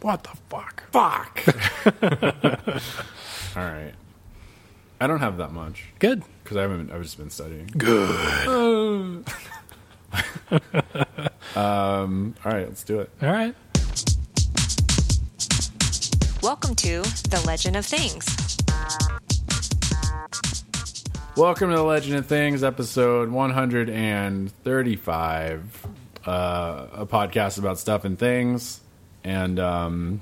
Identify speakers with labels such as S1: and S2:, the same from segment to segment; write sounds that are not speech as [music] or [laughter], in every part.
S1: What the fuck?
S2: [laughs] Fuck. All right. I don't have that much
S1: Good.
S2: because I haven't. I've just been studying.
S1: Good.
S2: [laughs] Um, All right, let's do it.
S1: All right.
S3: Welcome to The Legend of Things.
S2: Welcome to the Legend of Things, episode 135, uh, a podcast about stuff and things and um,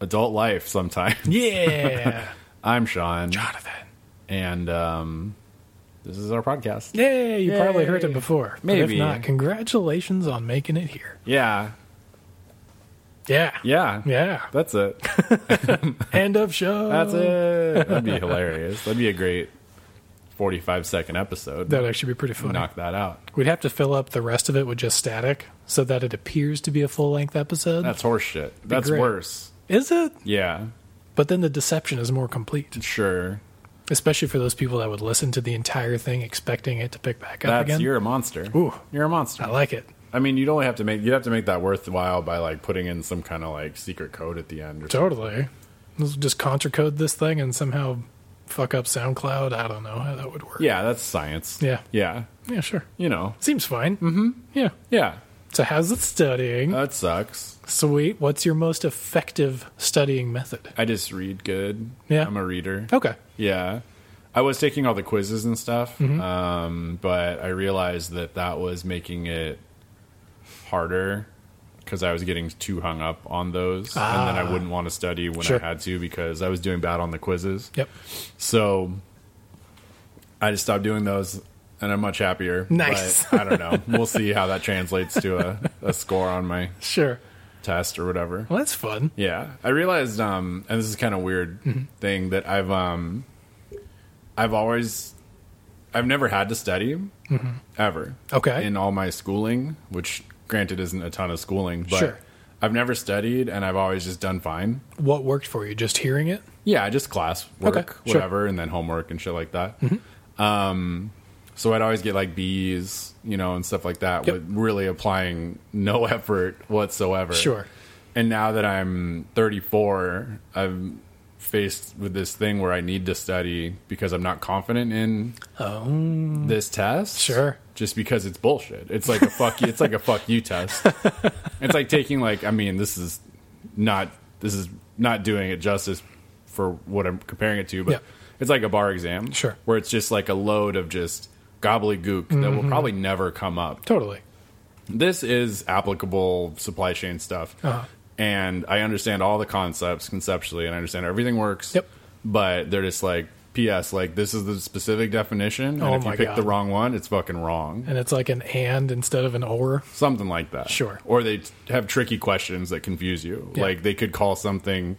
S2: adult life. Sometimes [laughs]
S1: Yeah.
S2: I'm Sean,
S1: Jonathan.
S2: and um, this is our podcast.
S1: Yay. You probably heard
S2: Yay.
S1: it before. But
S2: Maybe.
S1: if not, congratulations on making it here.
S2: Yeah,
S1: Yeah.
S2: yeah, [laughs]
S1: Yeah.
S2: That's it.
S1: End of show.
S2: That's it. Um, That'd be hilarious. That'd be a great 45 second episode.
S1: That'd actually be pretty funny.
S2: Knock that out.
S1: We'd have to fill up the rest of it with just static so that it appears to be a full length episode.
S2: That's horseshit. That's
S1: great.
S2: worse.
S1: Is it?
S2: Yeah,
S1: But then the deception is more complete,
S2: sure.
S1: especially for those people that would listen to the entire thing expecting it to pick back up
S2: That's
S1: again.
S2: you're a monster.
S1: Ooh.
S2: You're a monster.
S1: I like it.
S2: I mean, you'd only have to make you'd have to make that worthwhile by like putting in some kind of like secret code at the end. Or
S1: Totally. Let's just contra code this thing and somehow fuck up SoundCloud. I don't know how that would work.
S2: Yeah, that's science.
S1: Yeah.
S2: yeah,
S1: Yeah, sure.
S2: you know,
S1: Seems fine. Mm-hmm. Yeah.
S2: yeah,
S1: So how's it studying?
S2: that sucks.
S1: Sweet. What's your most effective studying method?
S2: I just read good.
S1: Yeah.
S2: I'm a reader.
S1: Okay.
S2: Yeah, I was taking all the quizzes and stuff,
S1: Mm-hmm.
S2: um, but I realized that that was making it harder because I was getting too hung up on those, and then I wouldn't want to study when
S1: Ah. Sure.
S2: I had to because I was doing bad on the quizzes.
S1: Yep.
S2: So I just stopped doing those and I'm much happier.
S1: Nice.
S2: But I don't know. We'll see how that translates to a, a score on my
S1: Sure.
S2: test or whatever.
S1: Well, that's fun.
S2: Yeah. I realized um and this is kind of weird
S1: Mm-hmm.
S2: thing that I've um I've always I've never had to study ever.
S1: Mm-hmm. Okay.
S2: In all my schooling, which granted isn't a ton of schooling, but
S1: Sure.
S2: I've never studied and I've always just done fine.
S1: What worked for you? Just hearing it?
S2: Yeah, just class work,
S1: Okay, sure. Mm-hmm.
S2: whatever, and then homework and shit like that. Um, so I'd always get like B's, you know, and stuff like that,
S1: Yep.
S2: with really applying no [laughs] effort whatsoever.
S1: Sure.
S2: And now that I'm 34, I'm faced with this thing where I need to study because I'm not confident in this test.
S1: Oh. Sure.
S2: Just because it's bullshit. It's like a fuck you. It's like a fuck you test.
S1: [laughs]
S2: it's like taking like I mean this is not this is not doing it justice for what I'm comparing it to, but
S1: Yeah.
S2: it's like a bar exam.
S1: Sure.
S2: Where it's just like a load of just gobbledygook that
S1: Mm-hmm.
S2: will probably never come up
S1: Totally.
S2: this is applicable supply chain stuff
S1: Uh-huh.
S2: and i understand all the concepts conceptually and i understand how everything works
S1: Yep.
S2: but they're just like ps like this is the specific definition and
S1: Oh
S2: if you
S1: my
S2: pick the
S1: God.
S2: wrong one it's fucking wrong
S1: And it's like an and instead of an or.
S2: something like that
S1: Sure.
S2: or they t- have tricky questions that confuse you
S1: Yeah.
S2: like they could call something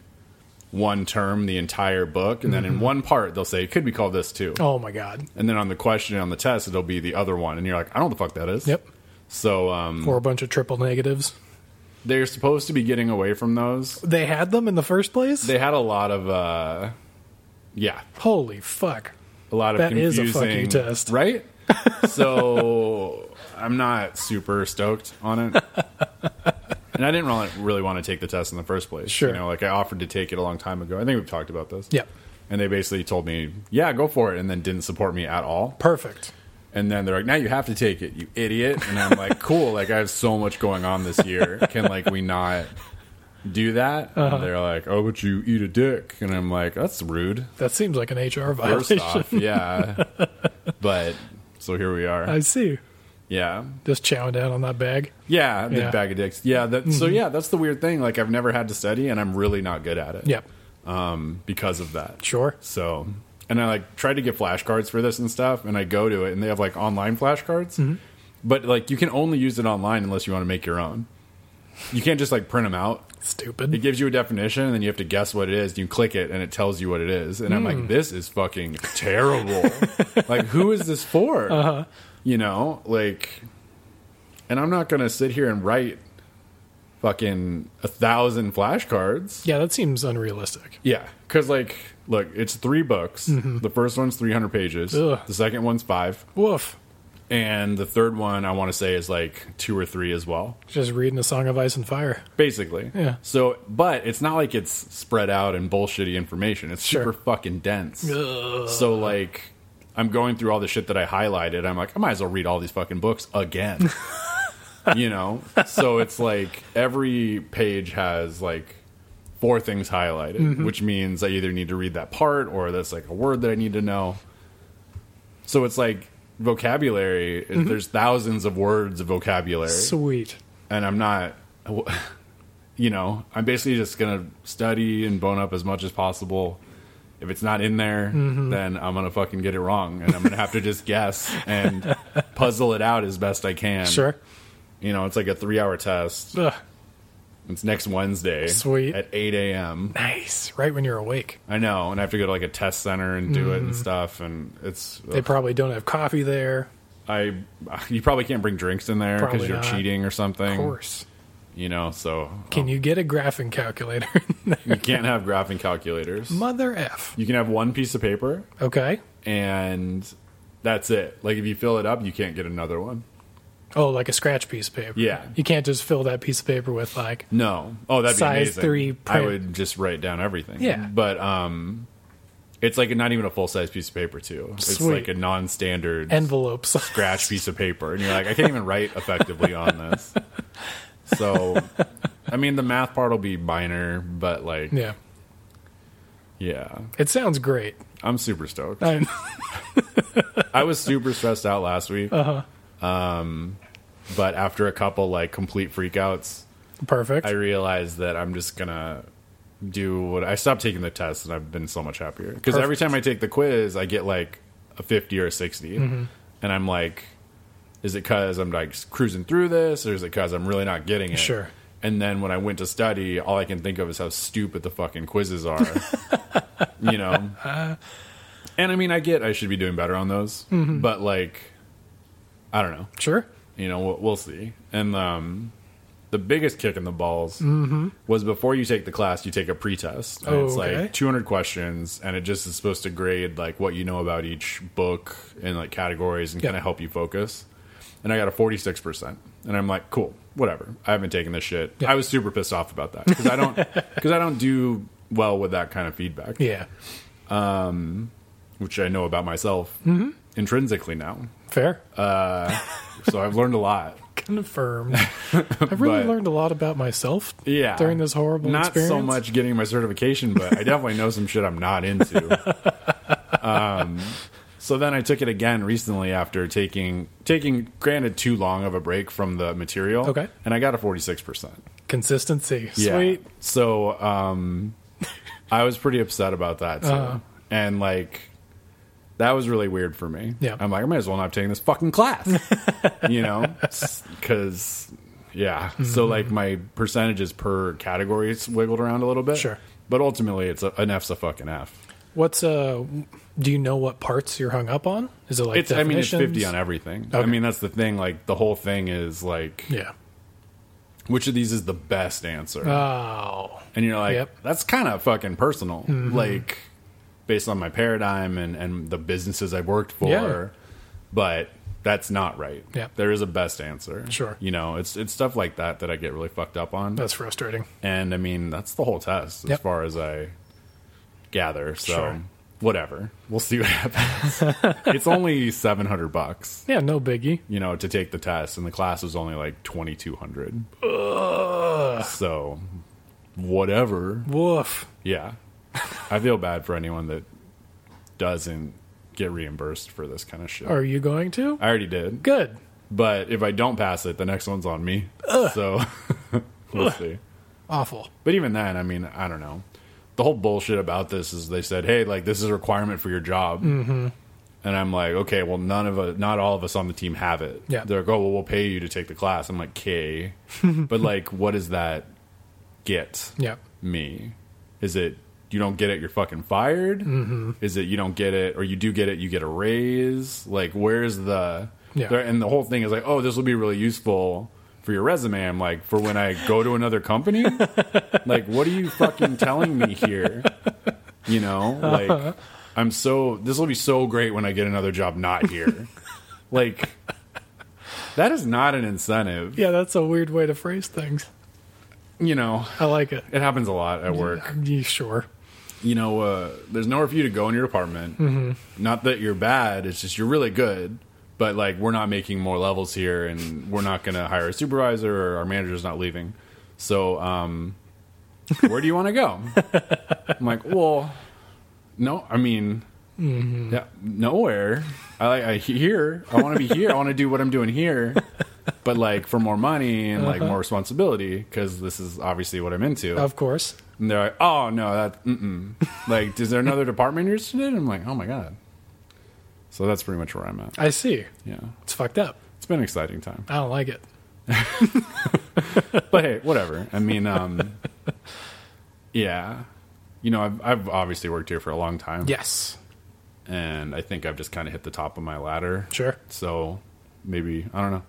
S2: one term the entire book and then in one part they'll say it could be called this too
S1: Mm-hmm. Oh my god.
S2: and then on the question on the test it'll be the other one and you're like i don't know what the fuck that is
S1: Yep.
S2: so um
S1: Or a bunch of triple negatives.
S2: they're supposed to be getting away from those.
S1: They had them in the first place?
S2: They had a lot of, uh, yeah,
S1: Holy fuck.
S2: a lot of
S1: That is
S2: confusing,
S1: a fuck you test. [laughs]
S2: right? so I'm not super stoked
S1: [laughs]
S2: on it, and I didn't really- really want to take the test in the first place.
S1: Sure.
S2: you know, like I offered to take it a long time ago. I think we've talked about this.
S1: Yep.
S2: And they basically told me, "Yeah, go for it," and then didn't support me at all.
S1: Perfect.
S2: And then they're like, "Now you have to take it, you idiot." And
S1: [laughs]
S2: I'm like, "Cool, like I have so much going on this year. Can like we not do that?"
S1: Uh-huh.
S2: And they're like, "Oh, but you eat a dick." And I'm like, "That's rude."
S1: That seems like an HR
S2: First
S1: violation. [laughs]
S2: off, yeah. But so here we are.
S1: I see.
S2: yeah.
S1: Just chowing down on that bag.
S2: Yeah, the
S1: Yeah. Mm-hmm.
S2: bag of dicks. Yeah, that so yeah, that's the weird thing. Like I've never had to study and I'm really not good at it.
S1: Yep.
S2: Um because of that.
S1: Sure.
S2: So, and I like tried to get flashcards for this and stuff, and I go to it, and they have like online flashcards,
S1: Mm-hmm.
S2: but like you can only use it online unless you want to make your own. You can't just like print them out. It
S1: Stupid.
S2: gives you a definition, and then you have to guess what it is. And you click it, and it tells you what it is. And I'm like, this is fucking [laughs] terrible. like, who is this for? Uh-huh. You know, like, and I'm not gonna sit here and write fucking a thousand flashcards.
S1: Yeah, that seems unrealistic.
S2: Yeah, Mm-hmm. because like, look, it's three books. The first one's three hundred pages.
S1: Ugh.
S2: The second one's five.
S1: Woof.
S2: And the third one I want to say is like two or three as well,
S1: Just reading a song of ice and fire.
S2: basically.
S1: Yeah.
S2: So, but it's not like it's spread out and bullshitty information. It's
S1: Sure.
S2: super fucking dense.
S1: Ugh.
S2: So like I'm going through all the shit that I highlighted. I'm like, I might as well read all these fucking books
S1: [laughs]
S2: again. you know? So it's like every page has like four things highlighted,
S1: Mm-hmm.
S2: which means I either need to read that part or that's like a word that I need to know. So it's like vocabulary,
S1: Mm-hmm.
S2: there's thousands of words of vocabulary
S1: Sweet.
S2: and I'm not, [laughs] you know, I'm basically just gonna study and bone up as much as possible. If it's not in there,
S1: Mm-hmm.
S2: then I'm gonna fucking get it wrong, and I'm gonna have to just guess and
S1: [laughs]
S2: puzzle it out as best I can.
S1: Sure.
S2: you know, it's like a three-hour test.
S1: Ugh.
S2: It's next Wednesday,
S1: Sweet.
S2: at eight a.m.
S1: Nice. Right when you're awake.
S2: I know, and I have to go to like a test center and do it and stuff, and it's
S1: Mm-hmm. They probably don't have coffee there.
S2: I you probably can't bring drinks in there
S1: Probably
S2: because you're
S1: not.
S2: cheating or something.
S1: Of course.
S2: You know, so
S1: Can you get a graphing calculator? [laughs] in there?
S2: you can't have graphing calculators.
S1: Mother F.
S2: You can have one piece of paper
S1: Okay.
S2: and that's it. Like if you fill it up, you can't get another one.
S1: Oh, like a scratch piece of paper.
S2: Yeah.
S1: You can't just fill that piece of paper with like
S2: No. Oh, that'd
S1: Size
S2: be amazing.
S1: three print.
S2: I would just write down everything.
S1: Yeah.
S2: But um it's like not even a full size piece of paper too. It's
S1: Sweet.
S2: like a non standard
S1: envelopes. [laughs]
S2: scratch piece of paper. And you're like, I can't even write effectively on
S1: [laughs]
S2: this. So I mean the math part will be minor, but like
S1: yeah.
S2: yeah.
S1: It sounds great. [laughs]
S2: I'm super stoked.
S1: I,
S2: I was super stressed out last week. Uh huh. Um, but after a couple like complete freakouts,
S1: perfect.
S2: I realized that I'm just gonna do what I stopped taking the test, and I've been so much happier because every time I take the quiz, I get like a 50 or a 60, and I'm like, is it because I'm like cruising through this, or is it because I'm really not getting it?
S1: Sure.
S2: And then when I went to study, all I can think of is how stupid the fucking quizzes are. you know. And I mean, I get I should be doing better on those, but like, I don't know
S1: sure.
S2: you know we'll, we'll see and um the biggest kick in the balls was before you take the class you take a pretest and
S1: Mm-hmm. Oh,
S2: it's
S1: okay.
S2: like 200 questions and it just is supposed to grade like what you know about each book and like categories and
S1: Yeah.
S2: kind of help you focus and i got a 46% and i'm like cool whatever i haven't taken this shit i was super pissed off about that because
S1: [laughs]
S2: i don't because i don't do well with that kind of feedback
S1: Yeah.
S2: which i know about myself
S1: Mm-hmm.
S2: intrinsically now
S1: Fair.
S2: so i've learned a lot [laughs]
S1: Confirmed. I really
S2: but-
S1: learned a lot about myself.
S2: yeah
S1: During this horrible
S2: not
S1: experience.
S2: so much getting my certification but i definitely know some shit i'm not into um,
S1: [laughs]
S2: so then i took it again recently after taking taking granted too long of a break from the material
S1: Okay.
S2: and i got a 46%
S1: Consistency.
S2: Yeah.
S1: Sweet.
S2: so um, i was pretty upset about that too
S1: Uh-huh.
S2: and like that was really weird for me
S1: Yeah.
S2: i'm like i might as well not have taken this
S1: [laughs]
S2: fucking class you know because yeah so
S1: Mm-hmm.
S2: like my percentages per categories wiggled around a little bit
S1: Sure.
S2: but ultimately it's a, an f's a fucking f
S1: What's uh? Do you know what parts you're hung up on? Is it like
S2: it's i mean it's 50 on
S1: definitions?
S2: everything i
S1: Okay.
S2: mean that's the thing like the whole thing is like
S1: Yeah.
S2: which of these is the best answer
S1: Oh.
S2: and you're like
S1: Yep. Mm-hmm.
S2: that's kind of fucking personal like based on my paradigm and and the businesses i've worked for
S1: Yeah.
S2: but that's not right
S1: Yep.
S2: there is a best answer
S1: Sure.
S2: you know it's it's stuff like that that i get really fucked up on
S1: That's frustrating.
S2: and i mean that's the whole test as
S1: Yep.
S2: far as i gather so
S1: Sure.
S2: whatever we'll see what happens
S1: [laughs]
S2: it's only 700 bucks
S1: Yeah. No biggie.
S2: you know to take the test and the class was only like 2200 so whatever
S1: Woof.
S2: yeah. I feel bad for anyone that doesn't get reimbursed for this kind of shit.
S1: Are you going to?
S2: I already did.
S1: Good.
S2: But if I don't pass it, the next one's on me. So [laughs] we'll see.
S1: Awful.
S2: But even then, I mean, I don't know. The whole bullshit about this is they said, "Hey, like this is a requirement for your job," mm-hmm. and I'm like, "Okay, well, none of us, not all of us on the team have it."
S1: Yeah.
S2: they're like, "Oh, well, we'll pay you to take the class." I'm like, "Okay," but like, what does that get?
S1: Yeah.
S2: me? Is it you don't get it, you're fucking fired? Mm-hmm. Is it you don't get it, or you do get it, you get a raise? Like, where's the.
S1: Yeah.
S2: there- and the whole thing is like, oh, this will be really useful for your resume. I'm like, for when I go to another company? like, what are you fucking telling me here? You know? Like, I'm so. This will be so great when I get another job not here. like, That is not an incentive.
S1: Yeah, that's a weird way to phrase things.
S2: You know,
S1: I like it.
S2: it happens a lot at work.
S1: You sure?
S2: you know, uh, there's nowhere for you to go in your department. Mm-hmm. Not that you're bad, it's just you're really good. But like, we're not making more levels here, and we're not going to hire a supervisor, or our manager's not leaving. So, um, where do you want to go? I'm like, well, no, I mean, yeah, nowhere. I like I here. I want to be here. I want to do what I'm doing here, but like for more money and like more responsibility because this is obviously what I'm into.
S1: Of course.
S2: And they're like, oh no, that mm-mm. like, is there another department you're interested in? I'm like, oh my god. So that's pretty much where I'm at.
S1: I see.
S2: Yeah,
S1: It's fucked up.
S2: it's been an exciting time,
S1: I don't like it.
S2: but hey, whatever. I mean, um, yeah, you know, I've I've obviously worked here for a long time,
S1: Yes.
S2: and I think I've just kind of hit the top of my ladder.
S1: Sure.
S2: So maybe I don't know.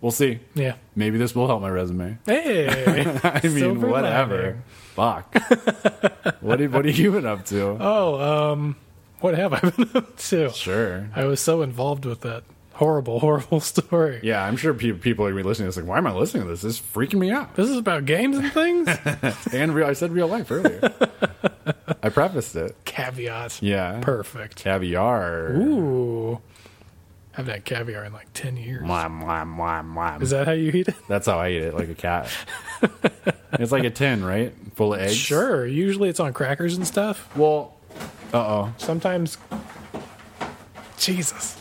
S2: We'll see.
S1: Yeah.
S2: Maybe this will help my resume. [laughs]
S1: Hey.
S2: I mean,
S1: Silver
S2: whatever.
S1: [laughs]
S2: Fuck. what have, what have you been up to?
S1: oh, um, what have I been up to?
S2: sure.
S1: I was so involved with that horrible, horrible [laughs] story.
S2: Yeah, I'm sure pe- people are gonna be listening. to this like, why am I listening to this? This is freaking me out.
S1: This is about games and things?
S2: [laughs] And real, I said real
S1: [laughs]
S2: life earlier. I prefaced it.
S1: Caveat.
S2: Yeah.
S1: Perfect.
S2: Caviar.
S1: Ooh. Haven't had caviar in like 10 years.
S2: Mwah, mwah, mwah, mwah.
S1: Is that how you eat it?
S2: That's how I eat it, like
S1: [laughs]
S2: a cat. it's like a tin, right? Full of eggs.
S1: Sure. Usually it's on crackers and stuff.
S2: Well, uh oh.
S1: Sometimes. Jesus.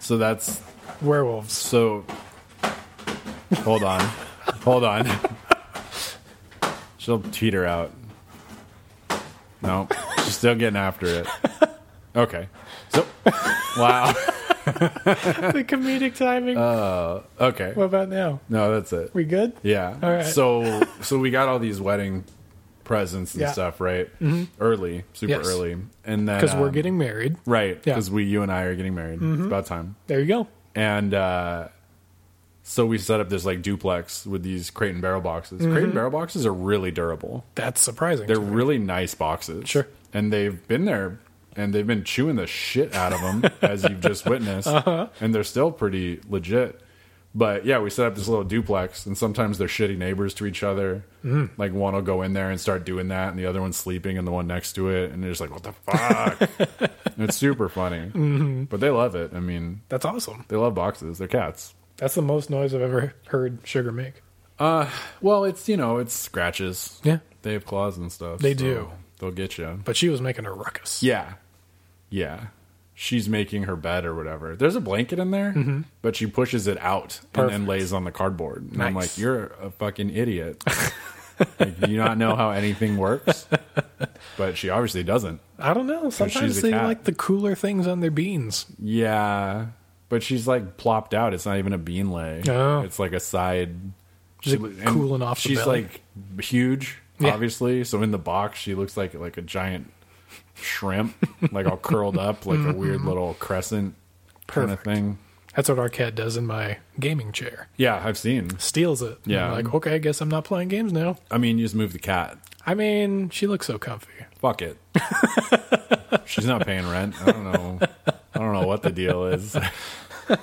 S2: So that's [laughs]
S1: Werewolves.
S2: so. Hold on. Hold on. She'll teeter out. No, she's still getting after it. Okay. So, wow.
S1: the comedic timing.
S2: Okay.
S1: what about now?
S2: No, that's it.
S1: We good?
S2: Uh, Yeah.
S1: All right.
S2: So so we got all these wedding presents and
S1: Yeah.
S2: stuff, right? Mm-hmm. Early, super
S1: Yes.
S2: early, and then
S1: Because we're
S2: um,
S1: getting married.
S2: right
S1: Yeah. Mm-hmm.
S2: because we you and I are getting married. It's about time.
S1: There you go.
S2: And uh, so we set up this like duplex with these crate and barrel boxes. Crate
S1: Mm-hmm.
S2: and barrel boxes are really durable.
S1: That's surprising.
S2: They're really nice boxes.
S1: Sure.
S2: And they've been there. And they've been chewing the shit out
S1: [laughs]
S2: of them, as you've just witnessed.
S1: Uh-huh.
S2: And they're still pretty legit. But yeah, we set up this little duplex, and sometimes they're shitty neighbors to each other.
S1: Mm-hmm.
S2: Like one will go in there and start doing that, and the other one's sleeping, and the one next to it, and they're just like, "What the fuck?"
S1: [laughs]
S2: And it's super funny,
S1: Mm-hmm.
S2: but they love it. I mean,
S1: That's awesome.
S2: they love boxes. They're cats.
S1: That's the most noise I've ever heard sugar make.
S2: Well, it's you know, it's scratches.
S1: Yeah.
S2: they have claws and stuff.
S1: They do.
S2: They'll get you.
S1: But she was making a ruckus.
S2: Yeah. Yeah. She's making her bed or whatever. There's a blanket in there, but she pushes it out and
S1: Mm-hmm. Perfect.
S2: then lays on the cardboard. And
S1: Nice.
S2: I'm like, you're a fucking
S1: [laughs]
S2: idiot. like, do you not know how anything works? But she obviously doesn't.
S1: I don't know. Sometimes
S2: a
S1: they
S2: cat.
S1: like the cooler things on their beans.
S2: Yeah. But she's like plopped out. It's not even a bean lay.
S1: Oh.
S2: It's like a side
S1: Just
S2: She- and
S1: cooling off. the
S2: She's
S1: belly.
S2: like huge,
S1: Yeah.
S2: obviously. So in the box, she looks like like a giant shrimp, like all curled up, like a weird little crescent kind of
S1: Mm-hmm. Perfect.
S2: thing.
S1: that's what our cat does in my gaming chair.
S2: Yeah, I've seen.
S1: Steals it. And
S2: Yeah.
S1: I'm like okay, I guess I'm not playing games now.
S2: I mean, you just move the cat.
S1: I mean, she looks so comfy. [laughs]
S2: Fuck it. She's not paying rent. I don't know. I don't know what the
S1: [laughs]
S2: deal is. her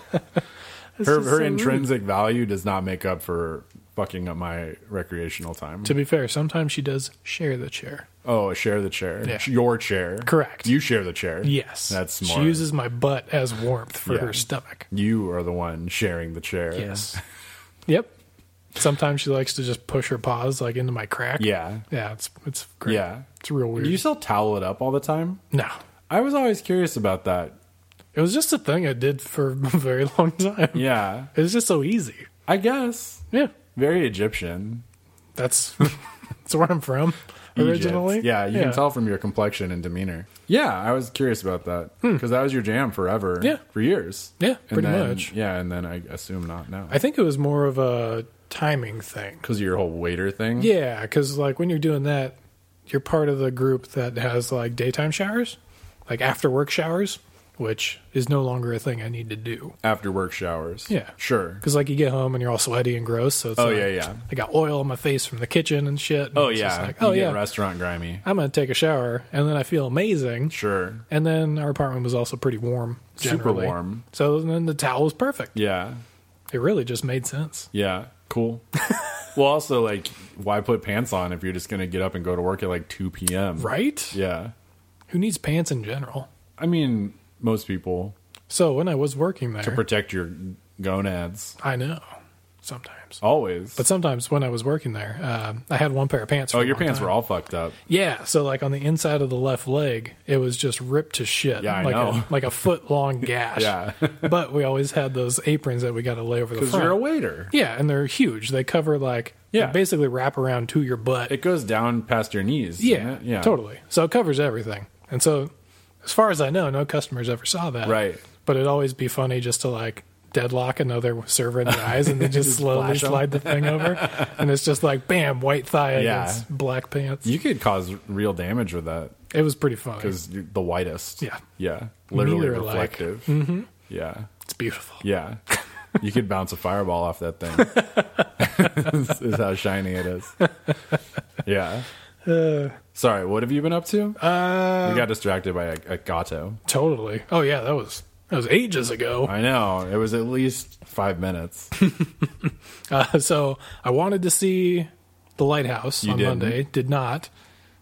S1: It's
S2: her
S1: just so rude.
S2: intrinsic value does not make up for fucking up my recreational time.
S1: To be fair, sometimes she does share the chair.
S2: oh, share the chair.
S1: Yeah.
S2: Your chair.
S1: Correct.
S2: You share the chair.
S1: Yes,
S2: That's smart.
S1: She uses my butt as warmth for
S2: Yeah.
S1: her stomach.
S2: You are the one sharing the chair.
S1: Yes.
S2: [laughs]
S1: yep. Sometimes she likes to just push her paws like into my crack.
S2: Yeah.
S1: Yeah, it's it's great.
S2: Yeah.
S1: It's real weird.
S2: Do you still towel it up all the time?
S1: no.
S2: I was always curious about that.
S1: It was just a thing I did for [laughs] a very long time.
S2: Yeah.
S1: It was just so easy.
S2: I guess.
S1: Yeah.
S2: Very Egyptian.
S1: That's [laughs] that's where I'm from
S2: Egypt.
S1: originally.
S2: Yeah, you can tell from your complexion and demeanor. Yeah, I was curious about that. Because that was your jam forever.
S1: Hmm. Yeah.
S2: For years.
S1: Yeah,
S2: And
S1: pretty
S2: then-
S1: much.
S2: Yeah, and then I assume not now.
S1: I think it was more of a timing thing.
S2: Because of your whole waiter thing?
S1: Yeah, because like when you're doing that, you're part of the group that has like daytime showers, like after work showers, which is no longer a thing I need to do.
S2: After work showers.
S1: Yeah.
S2: Sure.
S1: Because like you get home and you're all sweaty and gross, so it's
S2: Oh,
S1: like,
S2: yeah, yeah.
S1: I got oil on my face from the kitchen and shit. and
S2: Oh,
S1: it's just
S2: yeah.
S1: like, oh
S2: you
S1: yeah,
S2: Get restaurant grimy.
S1: I'm gonna take a shower and then I feel amazing.
S2: Sure.
S1: And then our apartment was also pretty warm,
S2: Super
S1: generally.
S2: warm.
S1: So then the towel was perfect.
S2: Yeah.
S1: It really just made sense.
S2: Yeah,
S1: [laughs]
S2: cool. well, also, like, why put pants on if you're just going to get up and go to work at like 2 p.m.?
S1: Right?
S2: Yeah.
S1: Who needs pants in general?
S2: I mean, most people
S1: So when I was working there,
S2: protect your gonads
S1: I know sometimes,
S2: always.
S1: but sometimes when I was working there, um, I had one pair of pants. For
S2: oh,
S1: a
S2: your
S1: long
S2: pants
S1: time.
S2: were all fucked up.
S1: Yeah, so like on the inside of the left leg, it was just ripped to shit.
S2: Yeah, I
S1: like
S2: know.
S1: A, like a foot
S2: [laughs]
S1: long gash.
S2: Yeah.
S1: but we always had those aprons that we got to lay over the
S2: Because
S1: front.
S2: you're a waiter.
S1: yeah, and they're huge. They cover like they
S2: Yeah.
S1: basically wrap around to your butt.
S2: It goes down past your knees. doesn't
S1: yeah,
S2: it? Yeah.
S1: totally. So it covers everything. And so, as far as I know, no customers ever saw that.
S2: Right.
S1: But it'd always be funny just to like deadlock another server in
S2: [laughs]
S1: the eyes and then just, slowly
S2: flash 'em.
S1: slide the
S2: [laughs]
S1: thing over, and it's just like bam, white thigh
S2: Yeah.
S1: against black pants.
S2: You could cause real damage with that
S1: it was pretty funny.
S2: because you're the whitest.
S1: Yeah.
S2: Yeah. Literally
S1: Mirror-like.
S2: reflective. Mm-hmm. Yeah.
S1: It's beautiful.
S2: Yeah. You could bounce a fireball off
S1: [laughs]
S2: that thing. This is how shiny it is. Yeah. Sorry, what have you been up to?
S1: Uh,
S2: we got distracted by a, a gato.
S1: totally. Oh yeah, that was that was ages ago.
S2: I know. It was at least five minutes.
S1: Uh, [laughs] so I wanted to see the lighthouse
S2: You
S1: on
S2: didn't.
S1: Monday. Did not.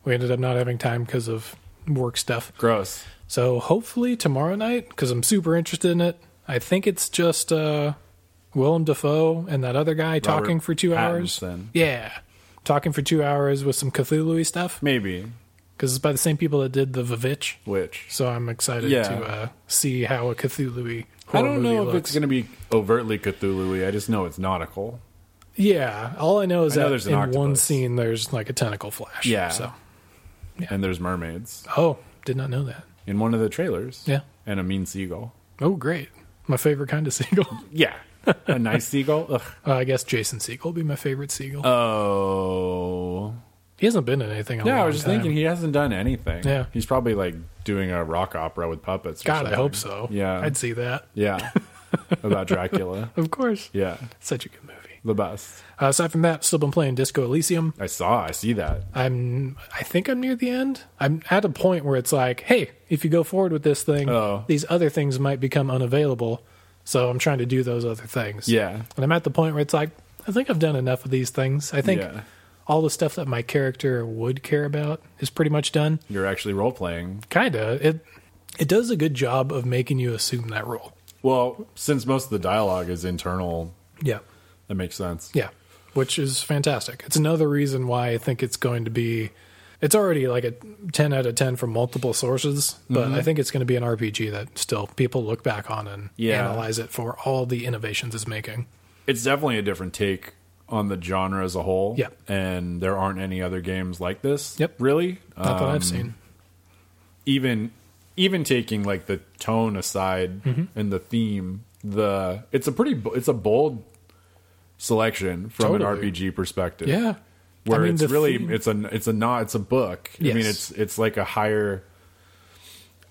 S1: We ended up not having time because of work stuff. [laughs]
S2: Gross.
S1: So hopefully tomorrow night, because I'm super interested in it. I think it's just uh, Willem Dafoe and that other guy talking for two hours.
S2: Pattinson.
S1: Yeah, talking for two hours with some Cthulhu stuff
S2: Maybe.
S1: because it's by the same people that did the Vivitch.
S2: Which.
S1: So I'm excited
S2: Yeah.
S1: to uh, see how a Cthulhu.
S2: I don't know if
S1: looks.
S2: it's going to be overtly Cthulhu I just know it's nautical.
S1: Yeah, all I know is
S2: I know
S1: that
S2: there's
S1: in
S2: an
S1: one
S2: octopus.
S1: scene there's like a tentacle flash.
S2: Yeah.
S1: So,
S2: And there's mermaids
S1: oh, did not know that.
S2: in one of the trailers.
S1: Yeah.
S2: And a mean seagull.
S1: Oh, great. My favorite kind of [laughs] seagull.
S2: Yeah. a nice
S1: [laughs]
S2: seagull. Ugh.
S1: Uh, I guess Jason Seagull would be my favorite seagull.
S2: Oh.
S1: he hasn't been in anything. In a
S2: Yeah, I
S1: long
S2: was just
S1: time.
S2: thinking he hasn't done anything.
S1: Yeah.
S2: He's probably like doing a rock opera with puppets. or
S1: God, I
S2: something.
S1: hope so.
S2: Yeah.
S1: I'd see that. [laughs]
S2: Yeah. About Dracula.
S1: Of course,
S2: Yeah.
S1: such a good movie.
S2: The best.
S1: Uh, aside from that, still been playing Disco Elysium.
S2: I saw. I see that.
S1: I'm, I think I'm near the end. I'm at a point where it's like, hey, if you go forward with this thing,
S2: Oh.
S1: these other things might become unavailable. So I'm trying to do those other things.
S2: Yeah.
S1: And I'm at the point where it's like, I think I've done enough of these things. I think
S2: Yeah.
S1: all the stuff that my character would care about is pretty much done.
S2: You're actually role playing.
S1: Kinda. It it does a good job of making you assume that role.
S2: Well, since most of the dialogue is internal,
S1: Yeah.
S2: that makes sense.
S1: Yeah. Which is fantastic. It's another reason why I think it's going to be it's already like a 10 out of 10 from multiple sources, but
S2: Mm-hmm.
S1: I think it's going to be an RPG that still people look back on and
S2: Yeah.
S1: analyze it for all the innovations it's making.
S2: It's definitely a different take on the genre as a whole.
S1: Yeah.
S2: And there aren't any other games like this.
S1: Yep.
S2: Really?
S1: Not that
S2: Um,
S1: I've seen.
S2: even even taking like the tone aside
S1: Mm-hmm.
S2: and the theme the it's a pretty bo- it's a bold selection from
S1: Totally.
S2: an rpg perspective
S1: Yeah.
S2: where
S1: I mean,
S2: it's
S1: the
S2: really
S1: theme-
S2: it's a it's a not it's a book i mean
S1: Yes.
S2: it's it's like a higher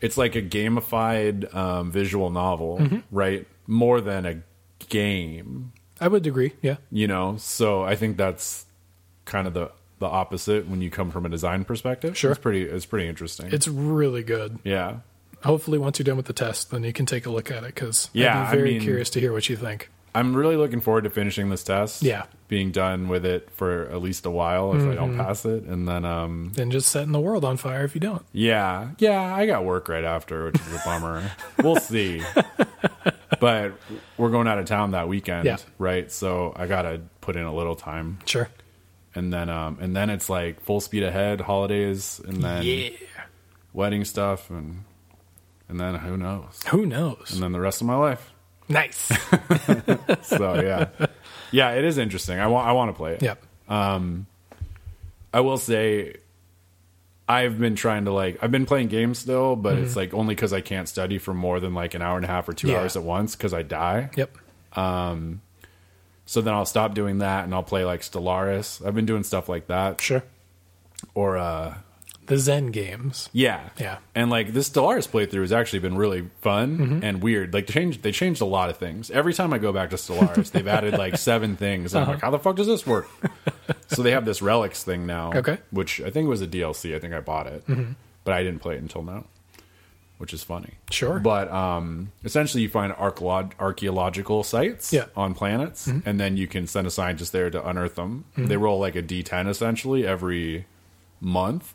S2: it's like a gamified um, visual novel
S1: Mm-hmm.
S2: right more than a game
S1: I would agree. Yeah.
S2: you know so i think that's kind of the the opposite when you come from a design perspective
S1: Sure.
S2: it's pretty it's pretty interesting
S1: It's really good.
S2: yeah
S1: hopefully once you're done with the test then you can take a look at it because
S2: Yeah,
S1: i'd
S2: I
S1: be very
S2: mean-
S1: curious to hear what you think
S2: I'm really looking forward to finishing this test.
S1: Yeah. Mm-hmm.
S2: Being done with it for at least a while if I don't pass it. And then um
S1: then just setting the world on fire if you don't
S2: yeah. Yeah, I got work right after, which is a bummer. [laughs] we'll see. But we're going out of town that weekend,
S1: Yeah.
S2: right? So I gotta put in a little time.
S1: sure
S2: And then um and then it's like full speed ahead, holidays and then wedding stuff and and then who knows?
S1: who knows
S2: And then the rest of my life. [laughs]
S1: nice
S2: So yeah. yeah, it is interesting. I want I wanna play it.
S1: yep
S2: I will say I've been trying to like I've been playing games still, but it's like only because I can't study for more than like an hour and a half or two
S1: Yeah.
S2: hours at once because I die.
S1: yep
S2: So then I'll stop doing that and I'll play like Stellaris. I've been doing stuff like that
S1: sure
S2: or uh
S1: the zen games
S2: yeah
S1: Yeah.
S2: and like this Stellaris playthrough has actually been really fun
S1: Mm-hmm.
S2: and weird. Like they changed they changed a lot of things. Every time I go back to Stellaris, they've added
S1: [laughs]
S2: like seven things. And I'm
S1: Uh-huh.
S2: like, how the fuck does this work? [laughs] so they have this relics thing now,
S1: Okay. Mm-hmm.
S2: Which I think was a DLC. I think I bought it, but I didn't play it until now. which is funny.
S1: Sure.
S2: But um, essentially, you find archeolog- archaeological sites
S1: Yeah. Mm-hmm.
S2: on planets, and then you can send a scientist there to unearth them. They roll like a d10 essentially every month,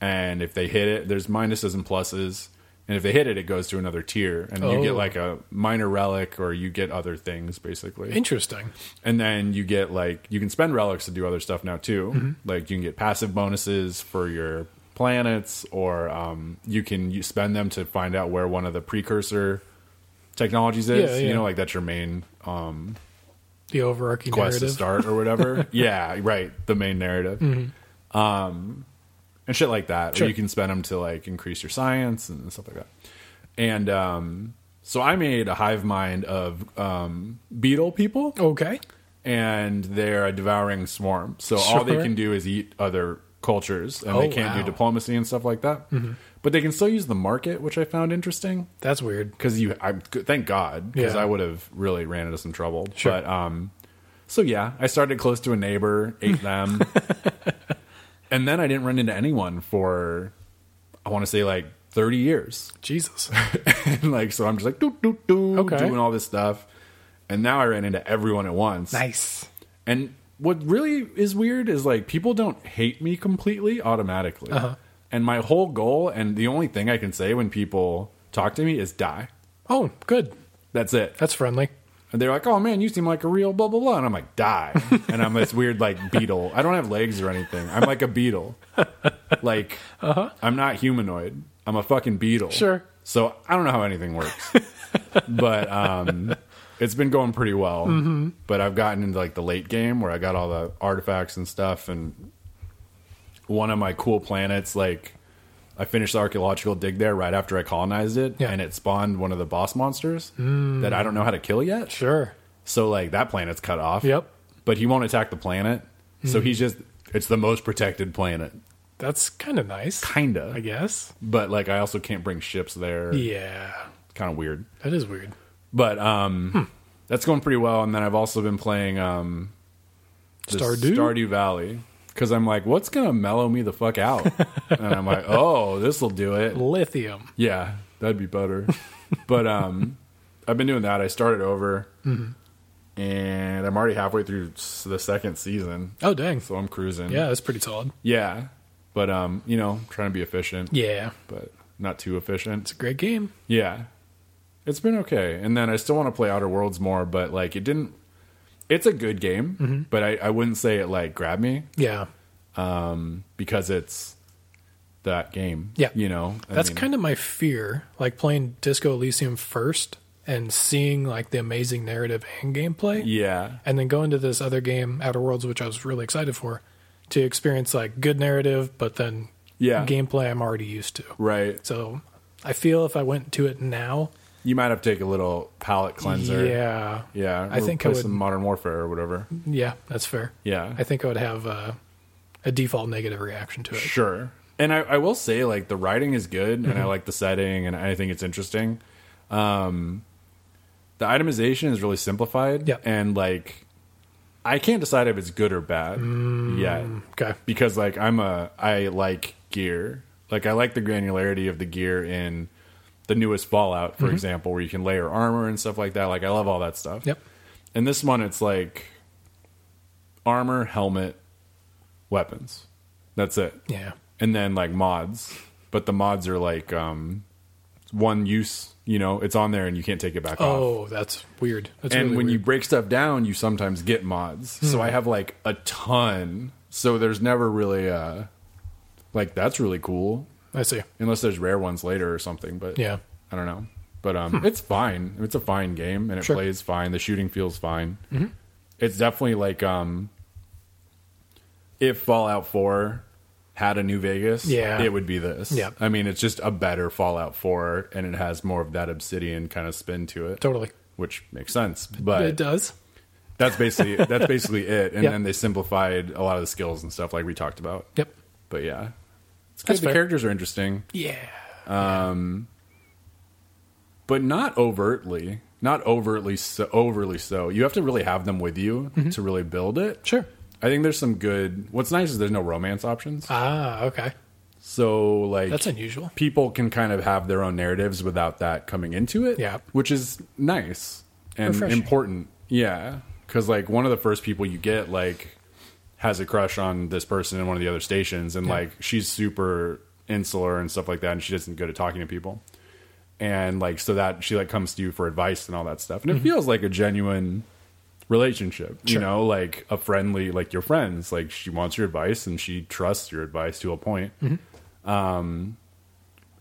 S2: and if they hit it, there's minuses and pluses. And if they hit it, it goes to another tier, and you
S1: Oh.
S2: get like a minor relic, or you get other things basically
S1: Interesting.
S2: and then you get like you can spend relics to do other stuff now too
S1: Mm-hmm.
S2: like you can get passive bonuses for your planets or um, you can you spend them to find out where one of the precursor technologies is
S1: Yeah, yeah.
S2: you know like that's your main um,
S1: The overarching
S2: quest to
S1: narrative.
S2: start or
S1: [laughs]
S2: whatever yeah right the main narrative um, and shit like that
S1: Mm-hmm. Sure.
S2: or you can spend them to like increase your science and stuff like that and um, so i made a hive mind of um, beetle people
S1: Okay.
S2: and they're a devouring swarm. So all they
S1: Sure.
S2: can do is eat other cultures, and
S1: Oh,
S2: they can't
S1: wow. Mm-hmm.
S2: do diplomacy and stuff like that. But they can still use the market, which I found interesting
S1: That's weird.
S2: because you. I thank God because
S1: Yeah.
S2: I would have really ran into some trouble.
S1: Sure.
S2: But um, so yeah, I started close to a neighbor,
S1: [laughs]
S2: ate them, and then I didn't run into anyone for I want to say like thirty years. [laughs]
S1: Jesus.
S2: And, like so, I'm just like doot doot doot,
S1: Okay.
S2: doing all this stuff, and now I ran into everyone at once.
S1: nice.
S2: And what really is weird is like people don't hate me completely automatically. And my whole goal and the only thing I can say when people talk to me is die.
S1: Oh, good.
S2: That's it.
S1: That's friendly.
S2: And they're like, "Oh man, you seem like a real blah blah blah," and I'm like, "Die!"
S1: [laughs]
S2: and I'm this weird like beetle. I don't have legs or anything. I'm like a beetle. Like I'm not humanoid. I'm a fucking beetle.
S1: Uh-huh. Sure.
S2: So I don't know how anything works,
S1: [laughs]
S2: but um, it's been going pretty well.
S1: Mm-hmm.
S2: But I've gotten into like the late game where I got all the artifacts and stuff, and one of my cool planets like. I finished the archaeological dig there right after I colonized it,
S1: Yeah. Mm.
S2: and it spawned one of the boss monsters that I don't know how to kill yet.
S1: Sure.
S2: So like that planet's cut off.
S1: Yep. Mm-hmm.
S2: But he won't attack the planet. So he's just it's the most protected planet.
S1: That's kind of nice,
S2: Kinda.
S1: I guess.
S2: But like I also can't bring ships there.
S1: Yeah.
S2: Kind of weird.
S1: That is weird.
S2: But um
S1: Hmm.
S2: that's going pretty well and then I've also been playing um the
S1: Stardew?
S2: Stardew Valley cuz I'm like what's going to mellow me the
S1: [laughs]
S2: fuck out? and I'm like, "Oh, this will do it."
S1: Lithium.
S2: Yeah, that'd be
S1: [laughs]
S2: better. but um, I've been doing that. I started over,
S1: Mm-hmm.
S2: and I'm already halfway through s- the second season,
S1: Oh, dang.
S2: so I'm cruising.
S1: Yeah, that's pretty solid.
S2: yeah. But um, you know, trying to be efficient,
S1: Yeah.
S2: but not too efficient.
S1: Great game.
S2: Yeah, it's been okay. And then I still want to play Outer Worlds more, but like it didn't. It's a good game,
S1: Mm-hmm.
S2: but I, I wouldn't say it like grabbed me
S1: Yeah.
S2: because it's that game.
S1: Yeah.
S2: you know, I
S1: That's
S2: mean,
S1: kind of my fear, like playing Disco Elysium first and seeing like the amazing narrative and gameplay,
S2: yeah,
S1: and then going to this other game, Outer Worlds, which I was really excited for, to experience like good narrative, but then
S2: Yeah.
S1: gameplay I'm already used to.
S2: right.
S1: So I feel if I went to it now,
S2: You might have to take a little palate cleanser.
S1: yeah,
S2: Yeah.
S1: I think I
S2: play
S1: would-
S2: some Modern Warfare or whatever.
S1: yeah, that's fair.
S2: Yeah.
S1: I think I would have uh, a default negative reaction to it.
S2: Sure. And I, I will say, like, the writing is good and I
S1: Mm-hmm.
S2: like the setting and I think it's interesting. Um, the itemization is really simplified.
S1: Yeah.
S2: And, like, I can't decide if it's good or bad
S1: Mm.
S2: yet.
S1: Okay,
S2: because like I'm a I like gear. Like I like the granularity of the gear in the newest Fallout, for
S1: Mm-hmm.
S2: example, where you can layer armor and stuff like that. Like I love all that stuff.
S1: Yep.
S2: And this one it's like armor, helmet, weapons. That's it.
S1: yeah,
S2: And then like mods. But the mods are like um one use, you know, it's on there and you can't take it back off
S1: oh, that's weird. That's
S2: and
S1: really
S2: when you
S1: weird. Hmm.
S2: break stuff down, you sometimes get mods. So I have like a ton. So there's never really uh like that's really cool
S1: I see,
S2: unless there's rare ones later or something, but
S1: Yeah.
S2: I don't know. But um it's fine. It's a fine game and it
S1: Hmm. Sure. Mm-hmm.
S2: plays fine. The shooting feels fine. It's definitely like um if Fallout 4 had a New Vegas,
S1: Yeah.
S2: it would be this.
S1: Yep.
S2: I mean, it's just a better Fallout 4 and it has more of that obsidian kind of spin to it
S1: totally.
S2: which makes sense. But
S1: it does.
S2: that's basically that's
S1: [laughs]
S2: basically it. And
S1: Yeah.
S2: then they simplified a lot of the skills and stuff like we talked about.
S1: Yep.
S2: But yeah, it's good.
S1: That's
S2: the
S1: fair.
S2: characters are interesting,
S1: Yeah.
S2: but not overtly, not overtly so, overly so. You have to really have them with you to really build it.
S1: Sure.
S2: I think there's some good. What's nice is there's no romance options,
S1: Ah, okay.
S2: So like
S1: That's unusual.
S2: People can kind of have their own narratives without that coming into it.
S1: Yeah.
S2: which is nice and
S1: Refreshing.
S2: important. Yeah, because like one of the first people you get like has a crush on this person in one of the other stations, and like she's super insular and stuff like that, and she doesn't go to talking to people. And like so that she like comes to you for advice and all that stuff, and it feels like a genuine relationship you
S1: Mm-hmm. Sure.
S2: know like a friendly like your friends like she wants your advice and she trusts your advice to a point um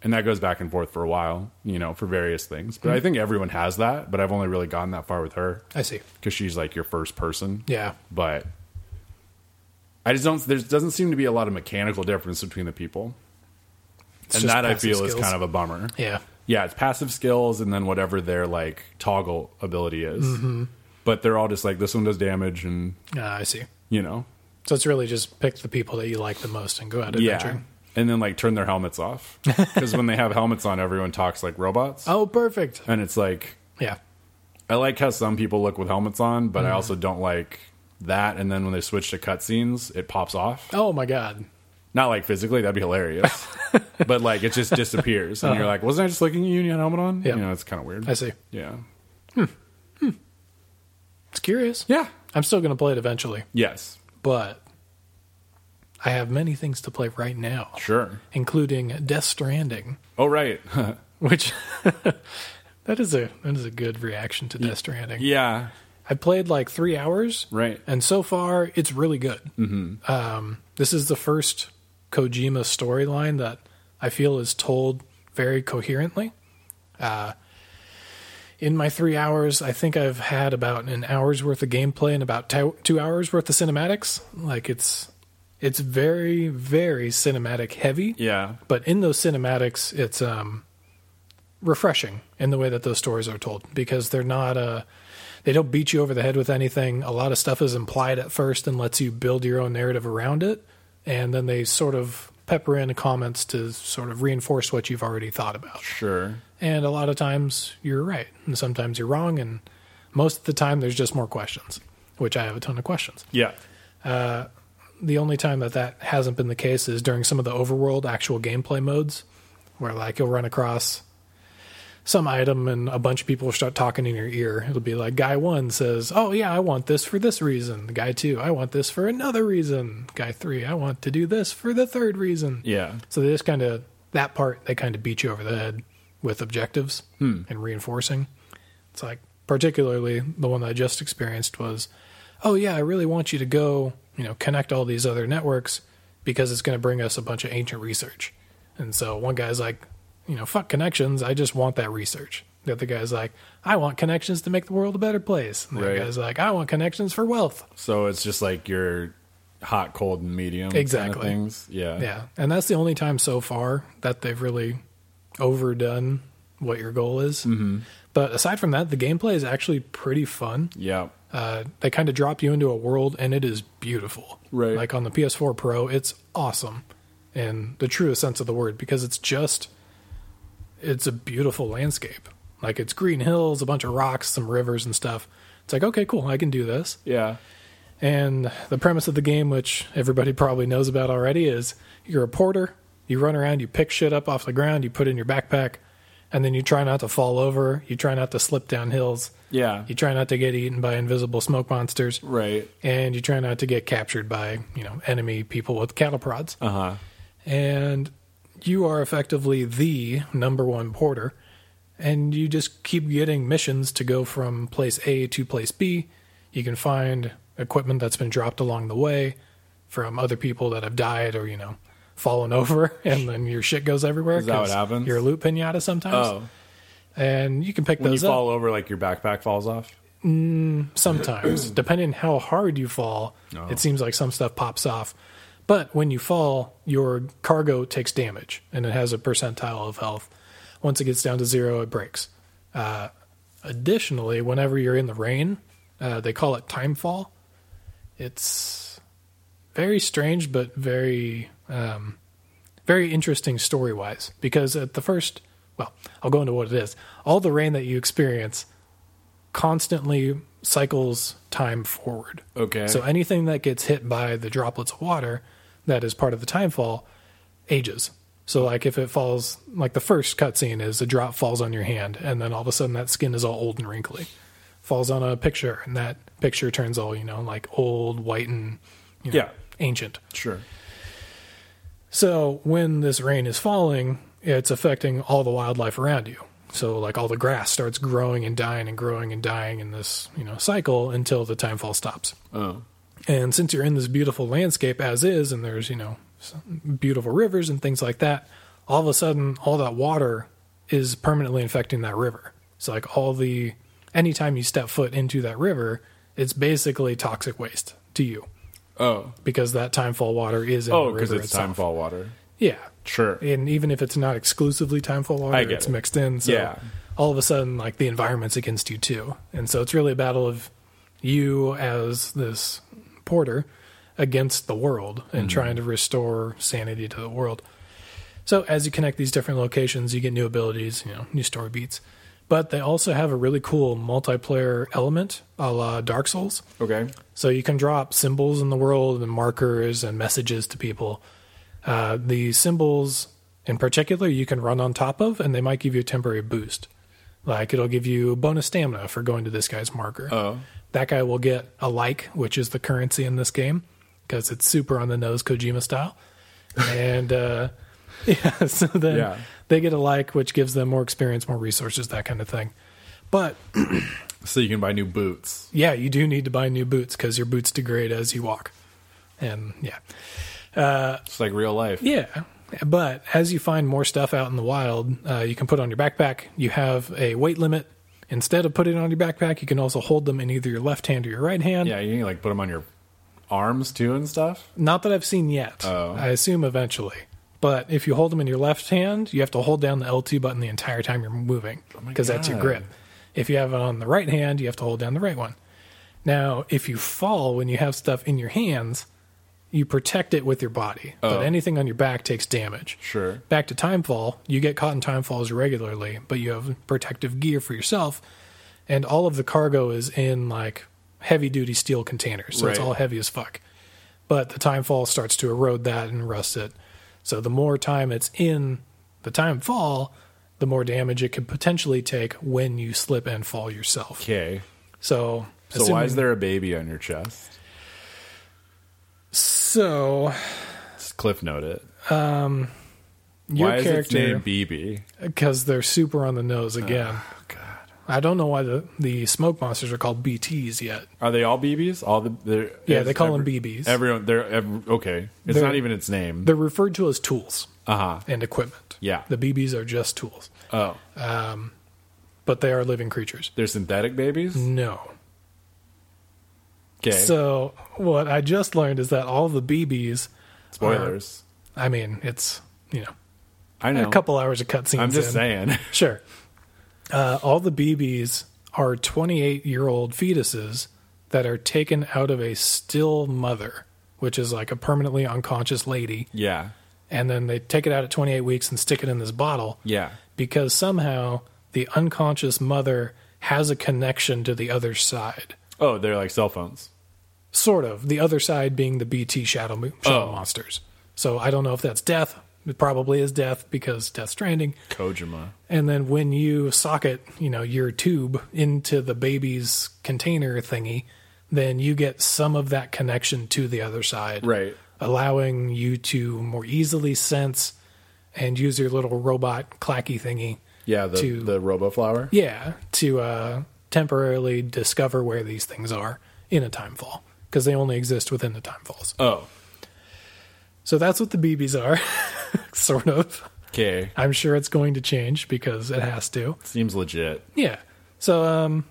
S2: and that goes back and forth for a while you know for various things but i think everyone has that but i've only really gotten that far with her
S1: I see.
S2: because she's like your first person
S1: Yeah.
S2: but i just don't there doesn't seem to be a lot of mechanical difference between the people
S1: It's
S2: and
S1: just
S2: that i
S1: passive
S2: feel is
S1: skills.
S2: kind of a bummer
S1: yeah.
S2: yeah, it's passive skills and then whatever their like toggle ability is.
S1: Mm-hmm.
S2: But they're all just like this one does damage and
S1: Ah, I see.
S2: you know
S1: So it's really just pick the people that you like the most and go out
S2: yeah,
S1: adventuring.
S2: and then like turn their helmets
S1: [laughs]
S2: off because when they have helmets on, everyone talks like robots,
S1: Oh, perfect.
S2: and it's like
S1: Yeah.
S2: I like how some people look with helmets on, but I
S1: Mm.
S2: also don't like that. And then when they switch to cutscenes, it pops off.
S1: Oh my god.
S2: Not like physically, that'd
S1: [laughs]
S2: be hilarious, but like it just disappears, and you're like, wasn't I just looking at you and you had a helmet on?
S1: Uh-huh. Yeah.
S2: you know, it's kind of weird.
S1: I see.
S2: Yeah,
S1: It's curious.
S2: yeah,
S1: I'm still going to play it eventually,
S2: yes,
S1: but I have many things to play right now,
S2: sure.
S1: including Death Stranding,
S2: Oh right. [laughs]
S1: which [laughs] that is a that is a good reaction to Death Stranding.
S2: Yeah,
S1: I played like three hours,
S2: right.
S1: and so far it's really good. Mm-hmm. Um, this is the first Kojima storyline that I feel is told very coherently. Uh, in my three hours, I think I've had about an hour's worth of gameplay and about two two hours worth of cinematics. Like it's it's very very cinematic heavy
S2: Yeah,
S1: but in those cinematics it's um refreshing in the way that those stories are told because they're not uh they don't beat you over the head with anything a lot of stuff is implied at first and lets you build your own narrative around it and then they sort of pepper in comments to sort of reinforce what you've already thought about
S2: sure.
S1: and a lot of times you're right and sometimes you're wrong and most of the time there's just more questions which i have a ton of questions
S2: Yeah,
S1: the only time that that hasn't been the case is during some of the overworld actual gameplay modes where like you'll run across some item and a bunch of people will start talking in your ear it'll be like guy one says oh yeah i want this for this reason guy two i want this for another reason guy three i want to do this for the third reason
S2: yeah,
S1: so they just kind of that part they kind of beat you over the head with objectives
S2: Hmm.
S1: and reinforcing. It's like particularly the one that I just experienced was, oh yeah, I really want you to go, you know, connect all these other networks because it's going to bring us a bunch of ancient research. And so one guy's like, you know, fuck connections, I just want that research. The other guy's like, I want connections to make the world a better place. And the
S2: Right.
S1: other guy's like, I want connections for wealth.
S2: So it's just like your hot, cold, and medium.
S1: Exactly.
S2: Kind of things. Yeah.
S1: Yeah, and that's the only time so far that they've really overdone what your goal is. Mm-hmm. But aside from that, the gameplay is actually pretty fun.
S2: Yeah.
S1: Uh, they kind of drop you into a world, and it is beautiful.
S2: Right.
S1: Like on the PS4 Pro, it's awesome in the truest sense of the word because it's just it's a beautiful landscape. Like it's green hills, a bunch of rocks, some rivers and stuff. It's like okay, cool, I can do this.
S2: Yeah.
S1: And the premise of the game, which everybody probably knows about already, is you're a porter, you run around, you pick shit up off the ground, you put it in your backpack, and then you try not to fall over, you try not to slip down hills,
S2: Yeah.
S1: you try not to get eaten by invisible smoke monsters,
S2: Right.
S1: and you try not to get captured by, you know, enemy people with cattle prods
S2: Uh huh.
S1: and you are effectively the number one porter and you just keep getting missions to go from place A to place B. You can find equipment that's been dropped along the way from other people that have died or, you know, fallen [laughs] over and then your shit goes everywhere.
S2: Is that what
S1: 'cause
S2: happens?
S1: You're a loot pinata sometimes.
S2: Oh,
S1: And you can pick
S2: when you
S1: those up
S2: fall over, like your backpack falls off.
S1: sometimes depending on how hard you fall
S2: Oh.
S1: it seems like some stuff pops off but when you fall your cargo takes damage and it has a percentile of health once it gets down to zero it breaks uh, additionally whenever you're in the rain uh, they call it time fall it's very strange but very um, very interesting story wise because at the first well i'll go into what it is all the rain that you experience constantly cycles time forward.
S2: Okay.
S1: So anything that gets hit by the droplets of water that is part of the time fall ages. So like if it falls like the first cutscene is a drop falls on your hand and then all of a sudden that skin is all old and wrinkly. Falls on a picture and that picture turns all, you know, like old, white and you know,
S2: Yeah.
S1: ancient.
S2: Sure.
S1: So when this rain is falling, it's affecting all the wildlife around you. So like all the grass starts growing and dying and growing and dying in this, you know, cycle until the timefall stops.
S2: Oh.
S1: And since you're in this beautiful landscape as is, and there's, you know, some beautiful rivers and things like that, all of a sudden, all that water is permanently infecting that river. So, like, all the, anytime you step foot into that river, it's basically toxic waste to you
S2: Oh.
S1: because that timefall water is in
S2: Oh,
S1: the
S2: because
S1: river
S2: it's
S1: itself.
S2: timefall water.
S1: Yeah.
S2: Sure.
S1: And even if it's not exclusively timefall water,
S2: I get
S1: it's
S2: it.
S1: mixed in. So
S2: Yeah.
S1: all of a sudden, like the environment's against you too. And so it's really a battle of you as this porter against the world and
S2: Mm-hmm.
S1: trying to restore sanity to the world. So as you connect these different locations, you get new abilities, you know, new story beats. But they also have a really cool multiplayer element, a la Dark Souls.
S2: Okay.
S1: So you can drop symbols in the world and markers and messages to people. Uh, the symbols in particular you can run on top of, and they might give you a temporary boost. Like it'll give you bonus stamina for going to this guy's marker.
S2: Oh.
S1: That guy will get a like, which is the currency in this game, because it's super on the nose Kojima style. And uh, [laughs] yeah, so then
S2: Yeah.
S1: they get a like, which gives them more experience, more resources, that kind of thing. But
S2: So you can buy new boots.
S1: yeah, you do need to buy new boots because your boots degrade as you walk. And yeah.
S2: It's like real life.
S1: Yeah. But as you find more stuff out in the wild, uh, you can put on your backpack. You have a weight limit. Instead of putting it on your backpack, you can also hold them in either your left hand or your right hand.
S2: Yeah, you can like put them on your arms too and stuff.
S1: Not that I've seen yet.
S2: Oh.
S1: I assume eventually. But if you hold them in your left hand, you have to hold down the LT button the entire time you're moving
S2: Oh my
S1: because that's your
S2: God.
S1: grip. If you have it on the right hand, you have to hold down the right one. Now, if you fall when you have stuff in your hands, you protect it with your body,
S2: Oh.
S1: but anything on your back takes damage.
S2: Sure.
S1: Back to timefall, you get caught in timefalls regularly, but you have protective gear for yourself, and all of the cargo is in like heavy duty steel containers, so it's
S2: Right.
S1: all heavy as fuck. But the timefall starts to erode that and rust it. So the more time it's in the timefall, the more damage it could potentially take when you slip and fall yourself.
S2: Okay.
S1: So,
S2: So why is
S1: assuming-
S2: there a baby on your chest?
S1: so
S2: Just cliff note it.
S1: your
S2: why is its
S1: character
S2: name BB?
S1: because they're super on the nose again?
S2: Oh God.
S1: I don't know why the, the smoke monsters are called BTs yet.
S2: Are they all BBs? All the they're,
S1: Yeah, they call 'em
S2: every-
S1: BBs.
S2: Everyone, they're ev okay. It's
S1: They're-
S2: not even its name.
S1: They're referred to as tools
S2: Uh huh.
S1: and equipment.
S2: Yeah.
S1: The BBs are just tools,
S2: Oh,
S1: but they are living creatures.
S2: they're synthetic babies.
S1: No.
S2: Okay.
S1: Mm-hmm. So, what I just learned is that all the BBs.
S2: Spoilers.
S1: Are, I mean, it's, you know,
S2: I know.
S1: uh, a couple hours of cutscenes.
S2: I'm just
S1: in.
S2: saying.
S1: Sure. Uh, all the BBs are 28 year old fetuses that are taken out of a still mother, which is like a permanently unconscious lady.
S2: [laughs] yeah.
S1: And then they take it out at 28 weeks and stick it in this bottle.
S2: Yeah.
S1: because somehow the unconscious mother has a connection to the other side.
S2: Oh, they're like cell phones.
S1: Sort of. The other side being the BT shadow, mo- shadow
S2: Oh.
S1: monsters. So I don't know if that's death. It probably is death because Death Stranding.
S2: Kojima.
S1: And then when you socket, you know, your tube into the baby's container thingy, then you get some of that connection to the other side
S2: Right.
S1: allowing you to more easily sense and use your little robot clacky thingy.
S2: Yeah. The
S1: To-
S2: the Robo Flower.
S1: Yeah, to uh, temporarily discover where these things are in a time fall because they only exist within the time falls.
S2: Oh.
S1: So that's what the BBs are, [laughs] sort of.
S2: Okay.
S1: I'm sure it's going to change because it has to.
S2: Seems legit.
S1: Yeah. So, um,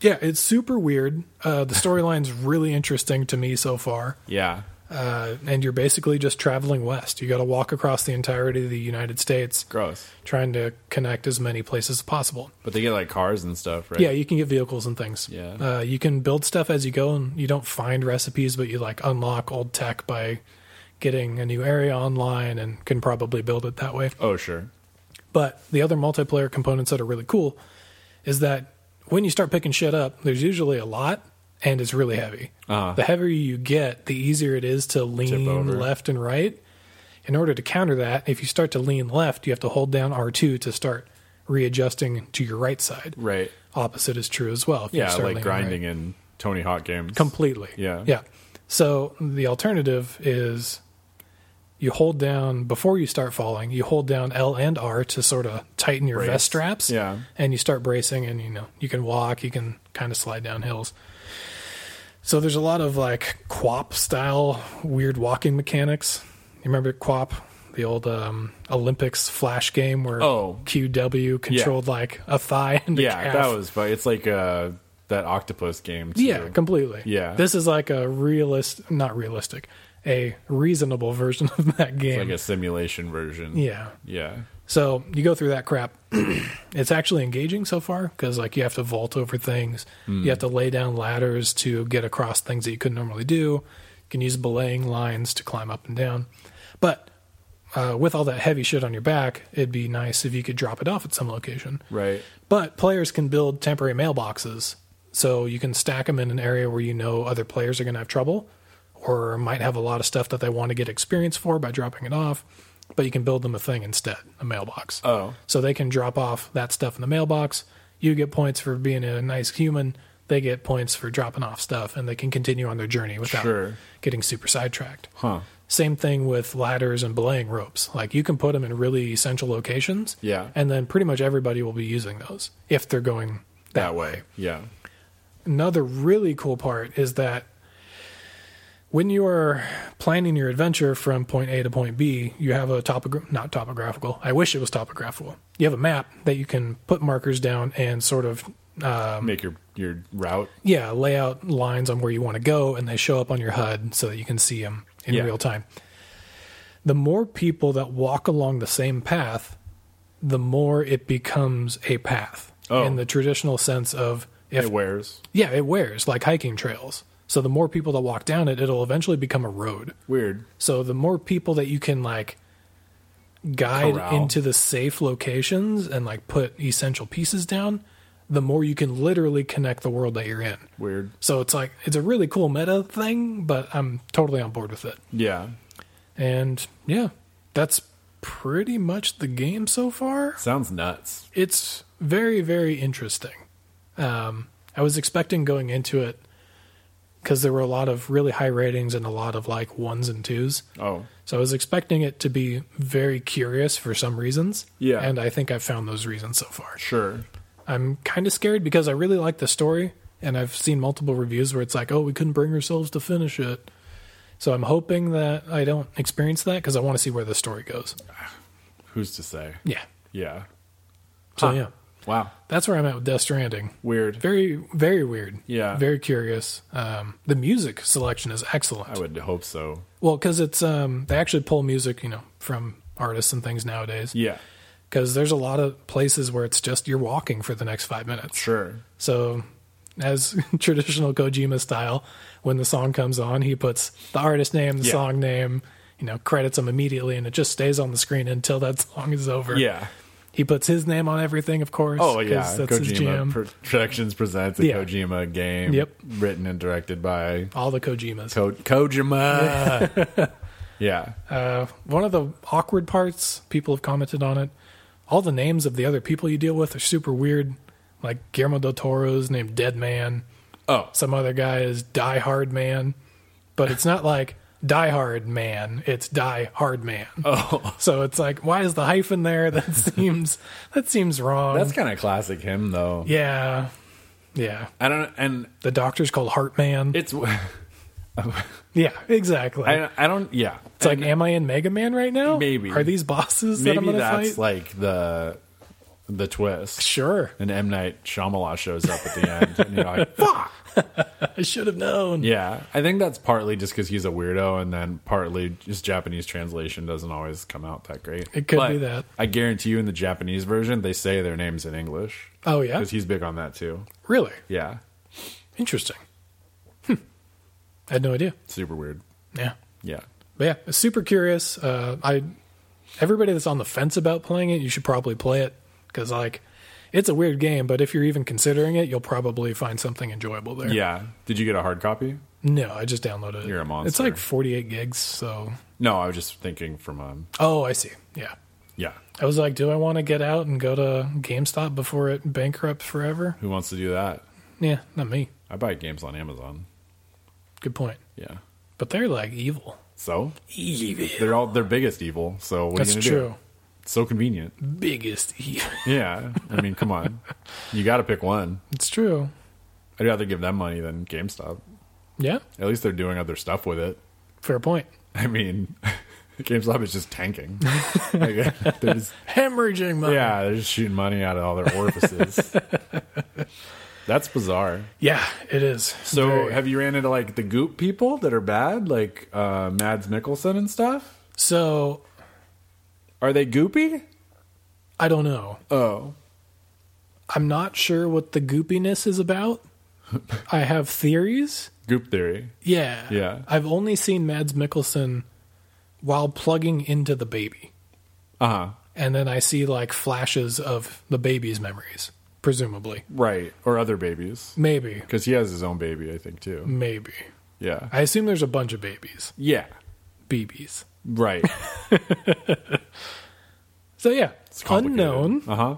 S1: yeah, it's super weird. Uh, the storyline's really interesting to me so far.
S2: Yeah.
S1: Uh, and you're basically just traveling west. You got to walk across the entirety of the United States
S2: Gross.
S1: trying to connect as many places as possible.
S2: But they get like cars and stuff, right?
S1: Yeah, you can get vehicles and things.
S2: Yeah.
S1: Uh, you can build stuff as you go, and you don't find recipes, but you like unlock old tech by getting a new area online and can probably build it that way.
S2: Oh, sure.
S1: But the other multiplayer components that are really cool is that when you start picking shit up, there's usually a lot and it's really heavy.
S2: Uh-huh.
S1: The heavier you get, the easier it is to lean
S2: over.
S1: left and right. In order to counter that, if you start to lean left, you have to hold down R2 to start readjusting to your right side.
S2: Right.
S1: Opposite is true as well. If you
S2: Yeah,
S1: start
S2: like
S1: leaning
S2: grinding in Tony Hawk games.
S1: completely.
S2: Yeah.
S1: Yeah. So the alternative is you hold down before you start falling, you hold down L and R to sort of tighten your
S2: Brace.
S1: vest straps.
S2: Yeah.
S1: And you start bracing and you know, you can walk, you can kind of slide down hills. So there's a lot of like quap style weird walking mechanics. You remember quap? The old um, Olympics flash game where
S2: Oh.
S1: QW controlled like a thigh and a
S2: yeah,
S1: calf.
S2: that was. But it's like uh, that octopus game. Too.
S1: Yeah, completely.
S2: Yeah.
S1: This is like a realist, not realistic, a reasonable [laughs] version of that game.
S2: like a simulation version.
S1: yeah.
S2: yeah.
S1: So you go through that crap. [clears throat] it's actually engaging so far because like you have to vault over things,
S2: Hmm.
S1: you have to lay down ladders to get across things that you couldn't normally do. You can use belaying lines to climb up and down, but uh, with all that heavy shit on your back, it'd be nice if you could drop it off at some location.
S2: Right.
S1: But players can build temporary mailboxes, so you can stack them in an area where you know other players are going to have trouble or might have a lot of stuff that they want to get experience for by dropping it off. But you can build them a thing instead, a mailbox.
S2: Oh.
S1: So they can drop off that stuff in the mailbox. You get points for being a nice human. They get points for dropping off stuff, and they can continue on their journey without
S2: Sure.
S1: getting super sidetracked.
S2: Huh.
S1: Same thing with ladders and belaying ropes. Like you can put them in really essential locations.
S2: Yeah.
S1: And then pretty much everybody will be using those if they're going that, way.
S2: Yeah.
S1: Another really cool part is that when you are planning your adventure from point A to point B, you have a topogra- not topographical. I wish it was topographical. You have a map that you can put markers down and sort of uh, Um,
S2: Make your your route.
S1: yeah, lay out lines on where you want to go, and they show up on your HUD so that you can see them in
S2: Yeah.
S1: real time. The more people that walk along the same path, the more it becomes a path
S2: Oh.
S1: in the traditional sense of if
S2: it wears.
S1: yeah, it wears like hiking trails. So the more people that walk down it, it'll eventually become a road.
S2: Weird.
S1: So the more people that you can like guide
S2: Corral.
S1: into the safe locations and like put essential pieces down, the more you can literally connect the world that you're in.
S2: Weird.
S1: So it's like it's a really cool meta thing, but I'm totally on board with it.
S2: Yeah.
S1: And yeah, that's pretty much the game so far.
S2: Sounds nuts.
S1: It's very very interesting. Um, I was expecting going into it because there were a lot of really high ratings and a lot of like ones and twos.
S2: Oh.
S1: So I was expecting it to be very curious for some reasons.
S2: Yeah.
S1: And I think I've found those reasons so far.
S2: Sure.
S1: I'm kind of scared because I really like the story, and I've seen multiple reviews where it's like, "Oh, we couldn't bring ourselves to finish it." So I'm hoping that I don't experience that because I want to see where the story goes.
S2: Who's to say?
S1: Yeah.
S2: Yeah.
S1: So
S2: Huh.
S1: yeah,
S2: Wow.
S1: that's where I'm at with Death Stranding.
S2: Weird.
S1: Very, very weird.
S2: Yeah.
S1: Very curious. Um, the music selection is excellent.
S2: I would hope so.
S1: Well, because it's um, they actually pull music, you know, from artists and things nowadays.
S2: Yeah.
S1: Because there's a lot of places where it's just you're walking for the next five minutes.
S2: Sure.
S1: So, as [laughs] traditional Kojima style, when the song comes on, he puts the artist name, the
S2: Yeah.
S1: song name, you know, credits them immediately, and it just stays on the screen until that [laughs] song is over.
S2: Yeah.
S1: He puts his name on everything, of course.
S2: Oh
S1: 'cause
S2: yeah.
S1: That's his
S2: Kojima
S1: jam.
S2: Pro- Productions presents a
S1: Yeah.
S2: Kojima game.
S1: Yep.
S2: Written and directed by
S1: All the Kojimas.
S2: Ko- Kojima.
S1: [laughs]
S2: yeah.
S1: Uh, one of the awkward parts, people have commented on it. All the names of the other people you deal with are super weird. Like Guillermo del Toro's named Dead Man.
S2: Oh. [laughs]
S1: some other guy is Die Hard Man, but it's not like Die Hard Man. It's Die Hard Man.
S2: Oh.
S1: So it's like, why is the hyphen there?
S2: [laughs]
S1: That seems that seems wrong.
S2: That's kind of classic him though.
S1: yeah, yeah.
S2: I don't. And
S1: The doctor's called Heart Man.
S2: it's. [laughs]
S1: yeah, exactly.
S2: I, I don't. Yeah.
S1: it's like, am I in Mega Man right now?
S2: Maybe.
S1: Are these bosses that I'm gonna
S2: maybe that's
S1: fight?
S2: like the the twist.
S1: sure,
S2: And M Night Shyamalan shows up at the end, and
S1: [laughs]
S2: you're like, "Fuck!"
S1: I should have known.
S2: Yeah, I think that's partly just because he's a weirdo, and then partly just Japanese translation doesn't always come out that great.
S1: It could be that.
S2: I guarantee you, in the Japanese version, they say their names in English
S1: Oh yeah,
S2: because he's big on that too.
S1: really
S2: Yeah,
S1: interesting. Hmm. I had no idea.
S2: super weird.
S1: Yeah.
S2: Yeah,
S1: But yeah, super curious. Uh, I everybody that's on the fence about playing it, you should probably play it because like it's a weird game, but if you're even considering it, you'll probably find something enjoyable there.
S2: yeah. Did you get a hard copy?
S1: No, I just downloaded it.
S2: You're a
S1: It's
S2: monster.
S1: like 48 gigs. So,
S2: No, I was just thinking from um,
S1: oh, I see. Yeah.
S2: yeah.
S1: I was like, do I want to get out and go to GameStop before it bankrupts forever?
S2: Who wants to do that?
S1: Yeah, not me.
S2: I buy games on Amazon.
S1: Good point.
S2: Yeah.
S1: But they're like evil.
S2: So they're all their biggest evil. So what
S1: That's
S2: are you gonna do?
S1: true.
S2: It's so convenient.
S1: Biggest evil.
S2: Yeah. I mean, come on. You got to pick one.
S1: it's true.
S2: I'd rather give them money than GameStop.
S1: Yeah,
S2: At least they're doing other stuff with it. [laughs]
S1: fair point.
S2: I mean, [laughs] GameStop is just tanking. Like, [laughs] they're just-
S1: Hemorrhaging money.
S2: yeah, they're just shooting money out of all their [laughs] orifices. That's bizarre.
S1: Yeah, it is.
S2: So,
S1: Very.
S2: have you ran into like the Goop people that are bad, like uh, Mads Mikkelsen and stuff?
S1: so
S2: Are they goopy?
S1: I don't know.
S2: Oh,
S1: I'm not sure what the goopiness is
S2: [laughs]
S1: about. I have theories.
S2: Goop Theory.
S1: Yeah.
S2: Yeah.
S1: I've only seen Mads Mikkelsen while plugging into the baby.
S2: Uh huh.
S1: And then I see like flashes of the baby's memories, presumably.
S2: Right. Or other babies.
S1: Maybe.
S2: Because he has his own baby, I think, too.
S1: Maybe.
S2: Yeah.
S1: I assume there's a bunch of babies.
S2: Yeah.
S1: BBs.
S2: Right.
S1: So yeah. unknown.
S2: Uh huh.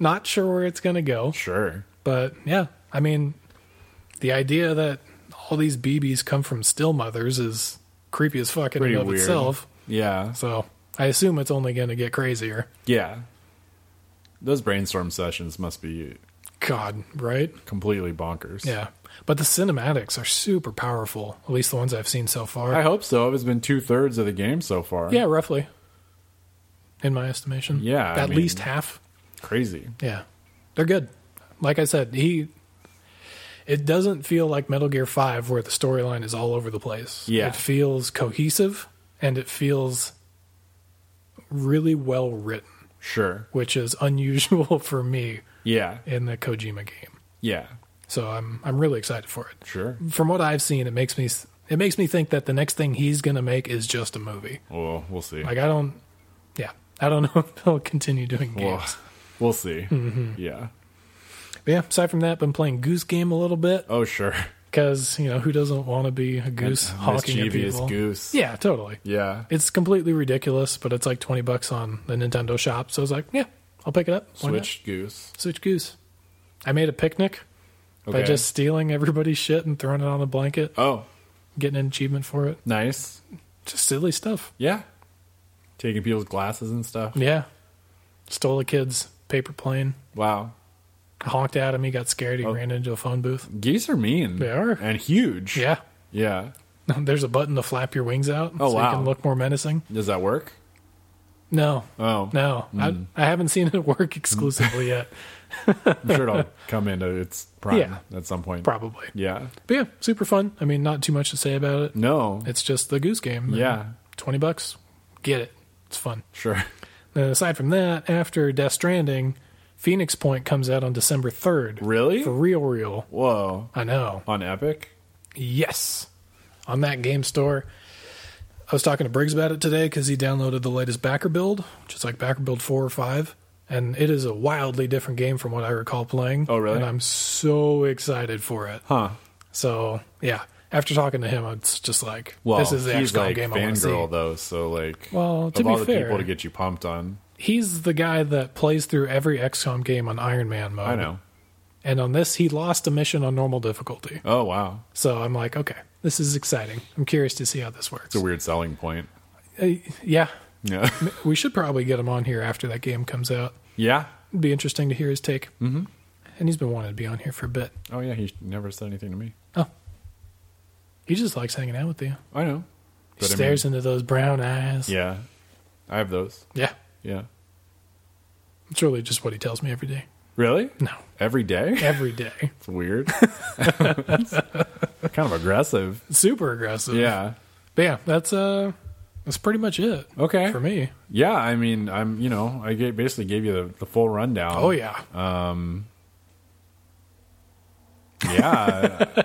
S1: Not sure where it's gonna go.
S2: Sure.
S1: But yeah, I mean, the idea that all these BBs come from still mothers is creepy as fuck in
S2: Pretty
S1: and of
S2: weird.
S1: itself.
S2: Yeah.
S1: So I assume it's only going to get crazier.
S2: Yeah. Those brainstorm sessions must be
S1: God, right?
S2: completely bonkers.
S1: Yeah. But the cinematics are super powerful, at least the ones I've seen so far.
S2: I hope so. It's been two thirds of the game so far.
S1: yeah, roughly. In my estimation.
S2: Yeah, I
S1: At
S2: mean-
S1: least half.
S2: Crazy.
S1: Yeah. They're good. Like I said, he it doesn't feel like Metal Gear 5 where the storyline is all over the place.
S2: Yeah.
S1: It feels cohesive and it feels really well written,
S2: Sure.
S1: which is [laughs] unusual for me
S2: Yeah.
S1: in the Kojima game.
S2: Yeah.
S1: So I'm I'm really excited for it.
S2: Sure.
S1: From what I've seen, it makes me s- it makes me think that the next thing he's going to make is just a movie.
S2: Well, we'll see.
S1: Like I don't yeah, I don't [laughs] know if he'll continue doing
S2: Well,
S1: games.
S2: we'll see.
S1: Mm-hmm.
S2: Yeah.
S1: But yeah, aside from that, been playing Goose Game a little bit.
S2: Oh, sure.
S1: Because, you know, who doesn't want to be a
S2: [laughs]
S1: goose hawking at
S2: Mischievous
S1: people?
S2: goose.
S1: Yeah, totally.
S2: Yeah.
S1: It's completely ridiculous, but it's like 20 bucks on the Nintendo shop. So I was like, yeah, I'll pick it up. Why not?
S2: Switch goose.
S1: Switch Goose. I made a picnic by
S2: Okay.
S1: just stealing everybody's shit and throwing it on a blanket,
S2: Oh,
S1: getting an achievement for it.
S2: nice.
S1: Just silly stuff.
S2: Yeah. Taking people's glasses and stuff.
S1: Yeah. Stole a kid's paper plane,
S2: Wow.
S1: honked at him. He got scared. He
S2: Oh.
S1: ran into a phone booth.
S2: Geese are mean.
S1: They are.
S2: And huge.
S1: Yeah. [laughs]
S2: Yeah.
S1: There's a button to flap your wings out
S2: Oh,
S1: so
S2: wow.
S1: you can look more menacing.
S2: Does that work?
S1: No,
S2: Oh.
S1: No, I, I haven't seen it work [laughs] exclusively yet.
S2: I'm sure
S1: [laughs]
S2: it'll come into its prime
S1: Yeah.
S2: at some point.
S1: Probably.
S2: Yeah.
S1: But yeah, super fun. I mean, not too much to say about it.
S2: No.
S1: It's just the goose game.
S2: Yeah.
S1: 20 bucks. Get it. It's fun.
S2: Sure. [laughs]
S1: And aside from that, after Death Stranding, Phoenix Point comes out on December 3rd.
S2: Really?
S1: For real, real.
S2: Whoa.
S1: I know.
S2: On Epic?
S1: Yes. On that game store. I was talking to Briggs about it today because he downloaded the latest backer build, which is like backer build four or five. And it is a wildly different game from what I recall playing.
S2: Oh, really?
S1: And I'm so excited for it.
S2: Huh.
S1: So, yeah. After talking to him, it's just like,
S2: Well,
S1: this is the
S2: he's
S1: XCOM
S2: like
S1: game I want to see.
S2: fangirl though, so like
S1: Well, to
S2: of
S1: be
S2: all the
S1: fair-
S2: people to get you pumped on.
S1: He's the guy that plays through every XCOM game on Iron Man mode.
S2: I know.
S1: And on this, he lost a mission on normal difficulty.
S2: Oh wow.
S1: So I'm like, okay, this is exciting. I'm curious to see how this works.
S2: It's a weird selling point.
S1: Uh, yeah, [laughs]
S2: Yeah.
S1: we should probably get him on here after that game comes out.
S2: [laughs] yeah.
S1: It'd be interesting to hear his take. Mm-hmm. And he's been wanting to be on here for a bit.
S2: Oh yeah, he never said anything to me.
S1: He just likes hanging out with you.
S2: I know.
S1: He
S2: But I
S1: stares into those brown eyes.
S2: Yeah. I have those.
S1: Yeah.
S2: Yeah.
S1: It's really just what he tells me every day.
S2: Really?
S1: No, [laughs]
S2: Every day?
S1: every day.
S2: It's weird. [laughs] kind of aggressive.
S1: Super aggressive.
S2: Yeah.
S1: But yeah, that's uh, that's pretty much it
S2: Okay.
S1: for me.
S2: Yeah, I mean, I'm, you know, I ga- basically gave you the, the full rundown.
S1: Oh yeah,
S2: Yeah. [laughs]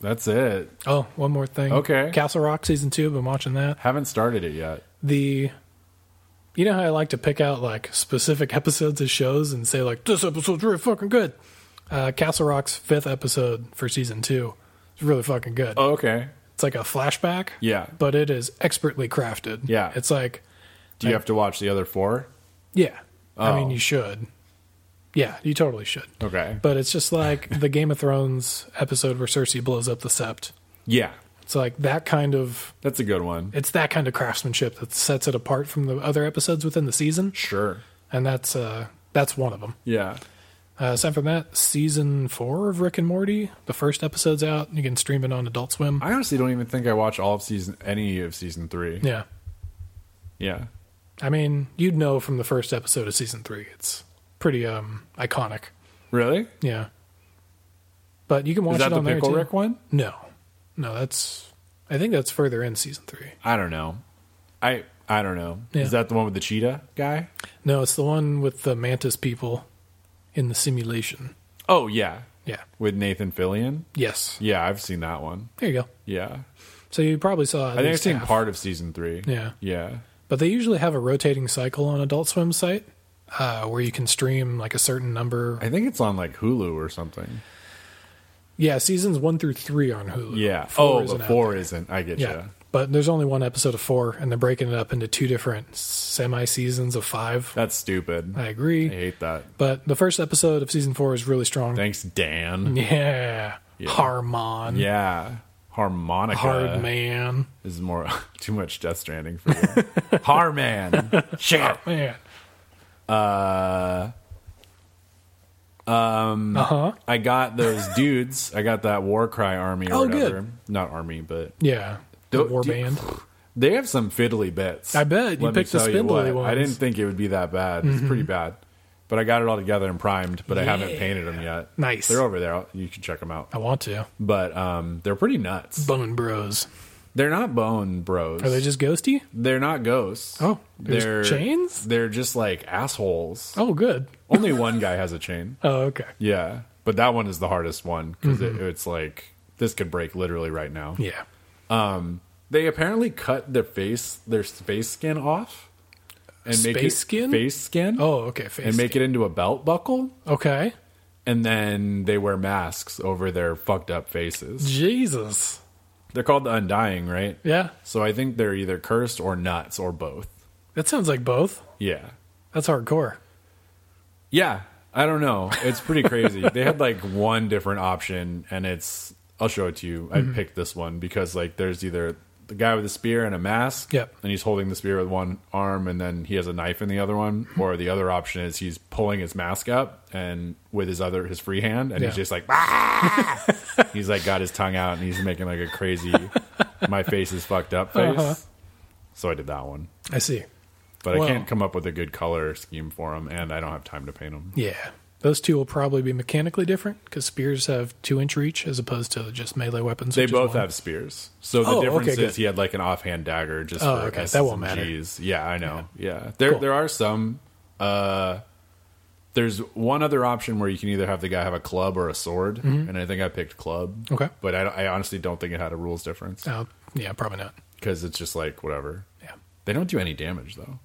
S2: That's it.
S1: Oh, one more thing.
S2: Okay.
S1: Castle Rock season two. I've been watching that.
S2: Haven't started it yet.
S1: The, you know how I like to pick out like specific [laughs] episodes of shows and say like this episode's really fucking good. Uh, Castle Rock's fifth episode for season two It's really fucking good.
S2: Oh, okay.
S1: It's like a flashback,
S2: Yeah.
S1: but it is expertly crafted.
S2: Yeah.
S1: It's like,
S2: Do you have to watch the other four?
S1: yeah. I mean,
S2: Oh.
S1: you should. Yeah, you totally should.
S2: Okay.
S1: But it's just
S2: [laughs]
S1: like the Game of Thrones episode where Cersei blows up the sept.
S2: Yeah.
S1: It's like that kind of
S2: That's a good one.
S1: it's that kind of craftsmanship that sets it apart from the other episodes within the season,
S2: Sure.
S1: and that's uh that's one of them.
S2: Yeah.
S1: Uh, aside from that, season four of Rick and Morty, the first episode's out. You can stream it on Adult Swim.
S2: I honestly don't even think I watch all of season any of season three.
S1: yeah,
S2: Yeah.
S1: I mean you'd know from the first episode of season three. It's pretty um iconic.
S2: Really?
S1: Yeah, but you can watch
S2: Is that
S1: it
S2: the
S1: on there
S2: Pickle
S1: too.
S2: Rick one?
S1: No, no, that's I think that's further in season three.
S2: I don't know. I I don't know.
S1: Yeah.
S2: Is that the one with the cheetah guy?
S1: No, it's the one with the mantis people in the simulation.
S2: Oh yeah.
S1: Yeah.
S2: With Nathan Fillion?
S1: Yes.
S2: Yeah, I've seen that one.
S1: There you go.
S2: Yeah.
S1: So you probably saw. at
S2: I think I've
S1: least
S2: seen
S1: half.
S2: part of season three.
S1: Yeah.
S2: Yeah.
S1: But they usually have a rotating cycle on Adult Swim site uh, where you can stream like a certain number.
S2: I think it's on like Hulu or something.
S1: yeah, seasons one through three on Hulu.
S2: Yeah.
S1: Four
S2: oh,
S1: isn't
S2: but
S1: out
S2: four
S1: there.
S2: isn't. I get
S1: Yeah.
S2: ya.
S1: But there's only one episode of four, and they're breaking it up into two different semi seasons of five.
S2: That's stupid.
S1: I agree.
S2: I hate that.
S1: But the first episode of season four is really strong.
S2: Thanks,
S1: Mm-hmm. [laughs]
S2: Dan.
S1: yeah. Harmon.
S2: Yeah. Uh, Harmonica
S1: Hard man.
S2: is more [laughs] too much Death Stranding for
S1: [laughs]
S2: you. Harman. Shit.
S1: Man.
S2: Uh, um,
S1: Uh-huh.
S2: I got those dudes. I got that War Cry Army or
S1: Oh, good.
S2: whatever. Not Army, but
S1: Yeah. The
S2: Don't-
S1: war
S2: do-
S1: band.
S2: they have some fiddly bits.
S1: I bet. You
S2: Let me
S1: picked the
S2: tell you
S1: spindly
S2: what,
S1: ones. Mm-hmm.
S2: I didn't think it would be that bad. It's pretty bad. But I got it all together and primed, but I haven't painted them yet.
S1: Nice.
S2: They're over there. You can check them out.
S1: I want to.
S2: But um, they're pretty nuts.
S1: Bone Bros.
S2: They're not bone bros.
S1: Are they just ghosty?
S2: They're not ghosts.
S1: Oh, there's
S2: they're
S1: chains?
S2: They're just like assholes.
S1: Oh, good.
S2: Only one guy has a chain.
S1: Oh, okay.
S2: Yeah, but that one is the hardest one because it, it's like this could break literally right now.
S1: Mm-hmm. Yeah.
S2: They apparently cut their face, their face skin off, and make it
S1: Space skin?
S2: face skin.
S1: Oh, okay. Face
S2: and make it into a belt buckle,
S1: Okay.
S2: and then they wear masks over their fucked up faces.
S1: Jesus.
S2: They're called the Undying, right?
S1: Yeah.
S2: So I think they're either cursed or nuts or both.
S1: That sounds like both.
S2: Yeah.
S1: That's hardcore.
S2: Yeah, I don't know. It's pretty crazy. they had like one different option, and it's I'll show it to you.
S1: Mm-hmm.
S2: I picked this one because like there's either the guy with the spear and a mask,
S1: Yep.
S2: and he's holding the spear with one arm, and then he has a knife in the
S1: [laughs]
S2: other one, or the other option is he's pulling his mask up and with his other his free hand, and he's
S1: Yeah.
S2: just like "Ah!" he's like got his tongue out, and he's making like a crazy my face is fucked up face.
S1: Uh-huh.
S2: So I did that one.
S1: I see.
S2: But
S1: Well-
S2: I can't come up with a good color scheme for them, and I don't have time to paint them.
S1: Yeah. Those two will probably be mechanically different because spears have two inch reach as opposed to just melee weapons.
S2: They
S1: which is
S2: both
S1: one.
S2: have spears. So the
S1: Oh,
S2: difference
S1: okay, good.
S2: is he had like an offhand dagger just
S1: Oh,
S2: for
S1: okay,
S2: S's
S1: that won't
S2: and
S1: matter.
S2: G's. Yeah, I know. Yeah. There
S1: Cool.
S2: there are some uh there's one other option where you can either have the guy have a club or a sword,
S1: Mm-hmm.
S2: and I think I picked club.
S1: Okay.
S2: But I, don't- I honestly don't think it had a rules difference
S1: Oh, yeah, probably not.
S2: because it's just like whatever.
S1: Yeah.
S2: They don't do any damage though.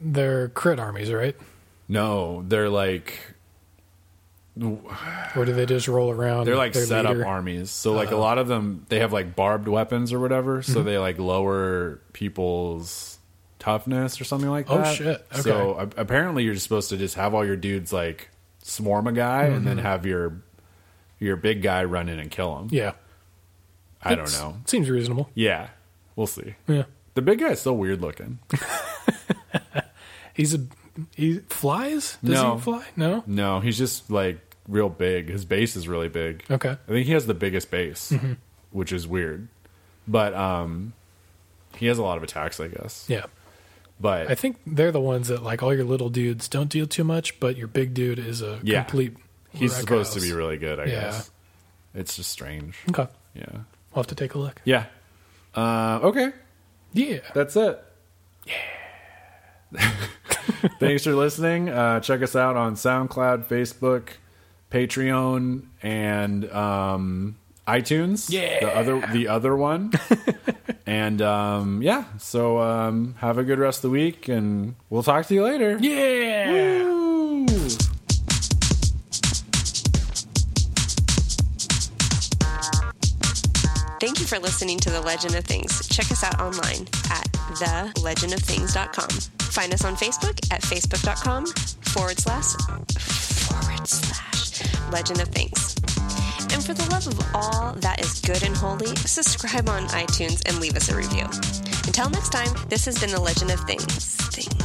S1: They're crit armies, right?
S2: No, they're like
S1: Or do they just roll around?
S2: they're like
S1: their
S2: set up
S1: leader?
S2: armies so like
S1: Uh-huh.
S2: a lot of them they have like barbed weapons or whatever so
S1: Mm-hmm.
S2: they like lower people's toughness or something like
S1: Oh,
S2: that
S1: shit. Okay.
S2: so a- apparently you're just supposed to just have all your dudes like swarm a guy and then have your your big guy run in and kill him
S1: Mm-hmm. Yeah.
S2: i don't
S1: It's-
S2: know
S1: Seems reasonable.
S2: yeah we'll see
S1: Yeah.
S2: the big guy's still
S1: [laughs]
S2: weird looking
S1: He's a. He flies? Does
S2: No.
S1: he fly? No?
S2: no he's just like real big his base is really big
S1: Okay.
S2: I think he has the biggest base,
S1: Mm-hmm.
S2: which is weird. But um he has a lot of attacks, I guess.
S1: Yeah.
S2: But
S1: I think they're the ones that like all your little dudes don't deal too much, but your big dude is a
S2: Yeah.
S1: complete.
S2: he's
S1: wreck
S2: supposed to
S1: house.
S2: be really good, I
S1: Yeah.
S2: guess. It's just strange.
S1: Okay,
S2: Yeah.
S1: we'll have to take a look.
S2: Yeah. Uh, okay.
S1: Yeah,
S2: That's it. Yeah. [laughs] Thanks for listening. Uh, check us out on SoundCloud, Facebook, Patreon, and um, iTunes.
S1: Yeah.
S2: The other the
S1: [laughs]
S2: other one. and um, yeah. So um, have a good rest of the week and we'll talk to you later.
S1: yeah.
S2: Woo!
S3: for listening to The Legend of Things. Check us out online at thelegendofthings.com. Find us on Facebook at facebook.com forward slash forward slash legend of things. And for the love of all that is good and holy, subscribe on iTunes and leave us a review. Until next time, this has been The Legend of Things. Things.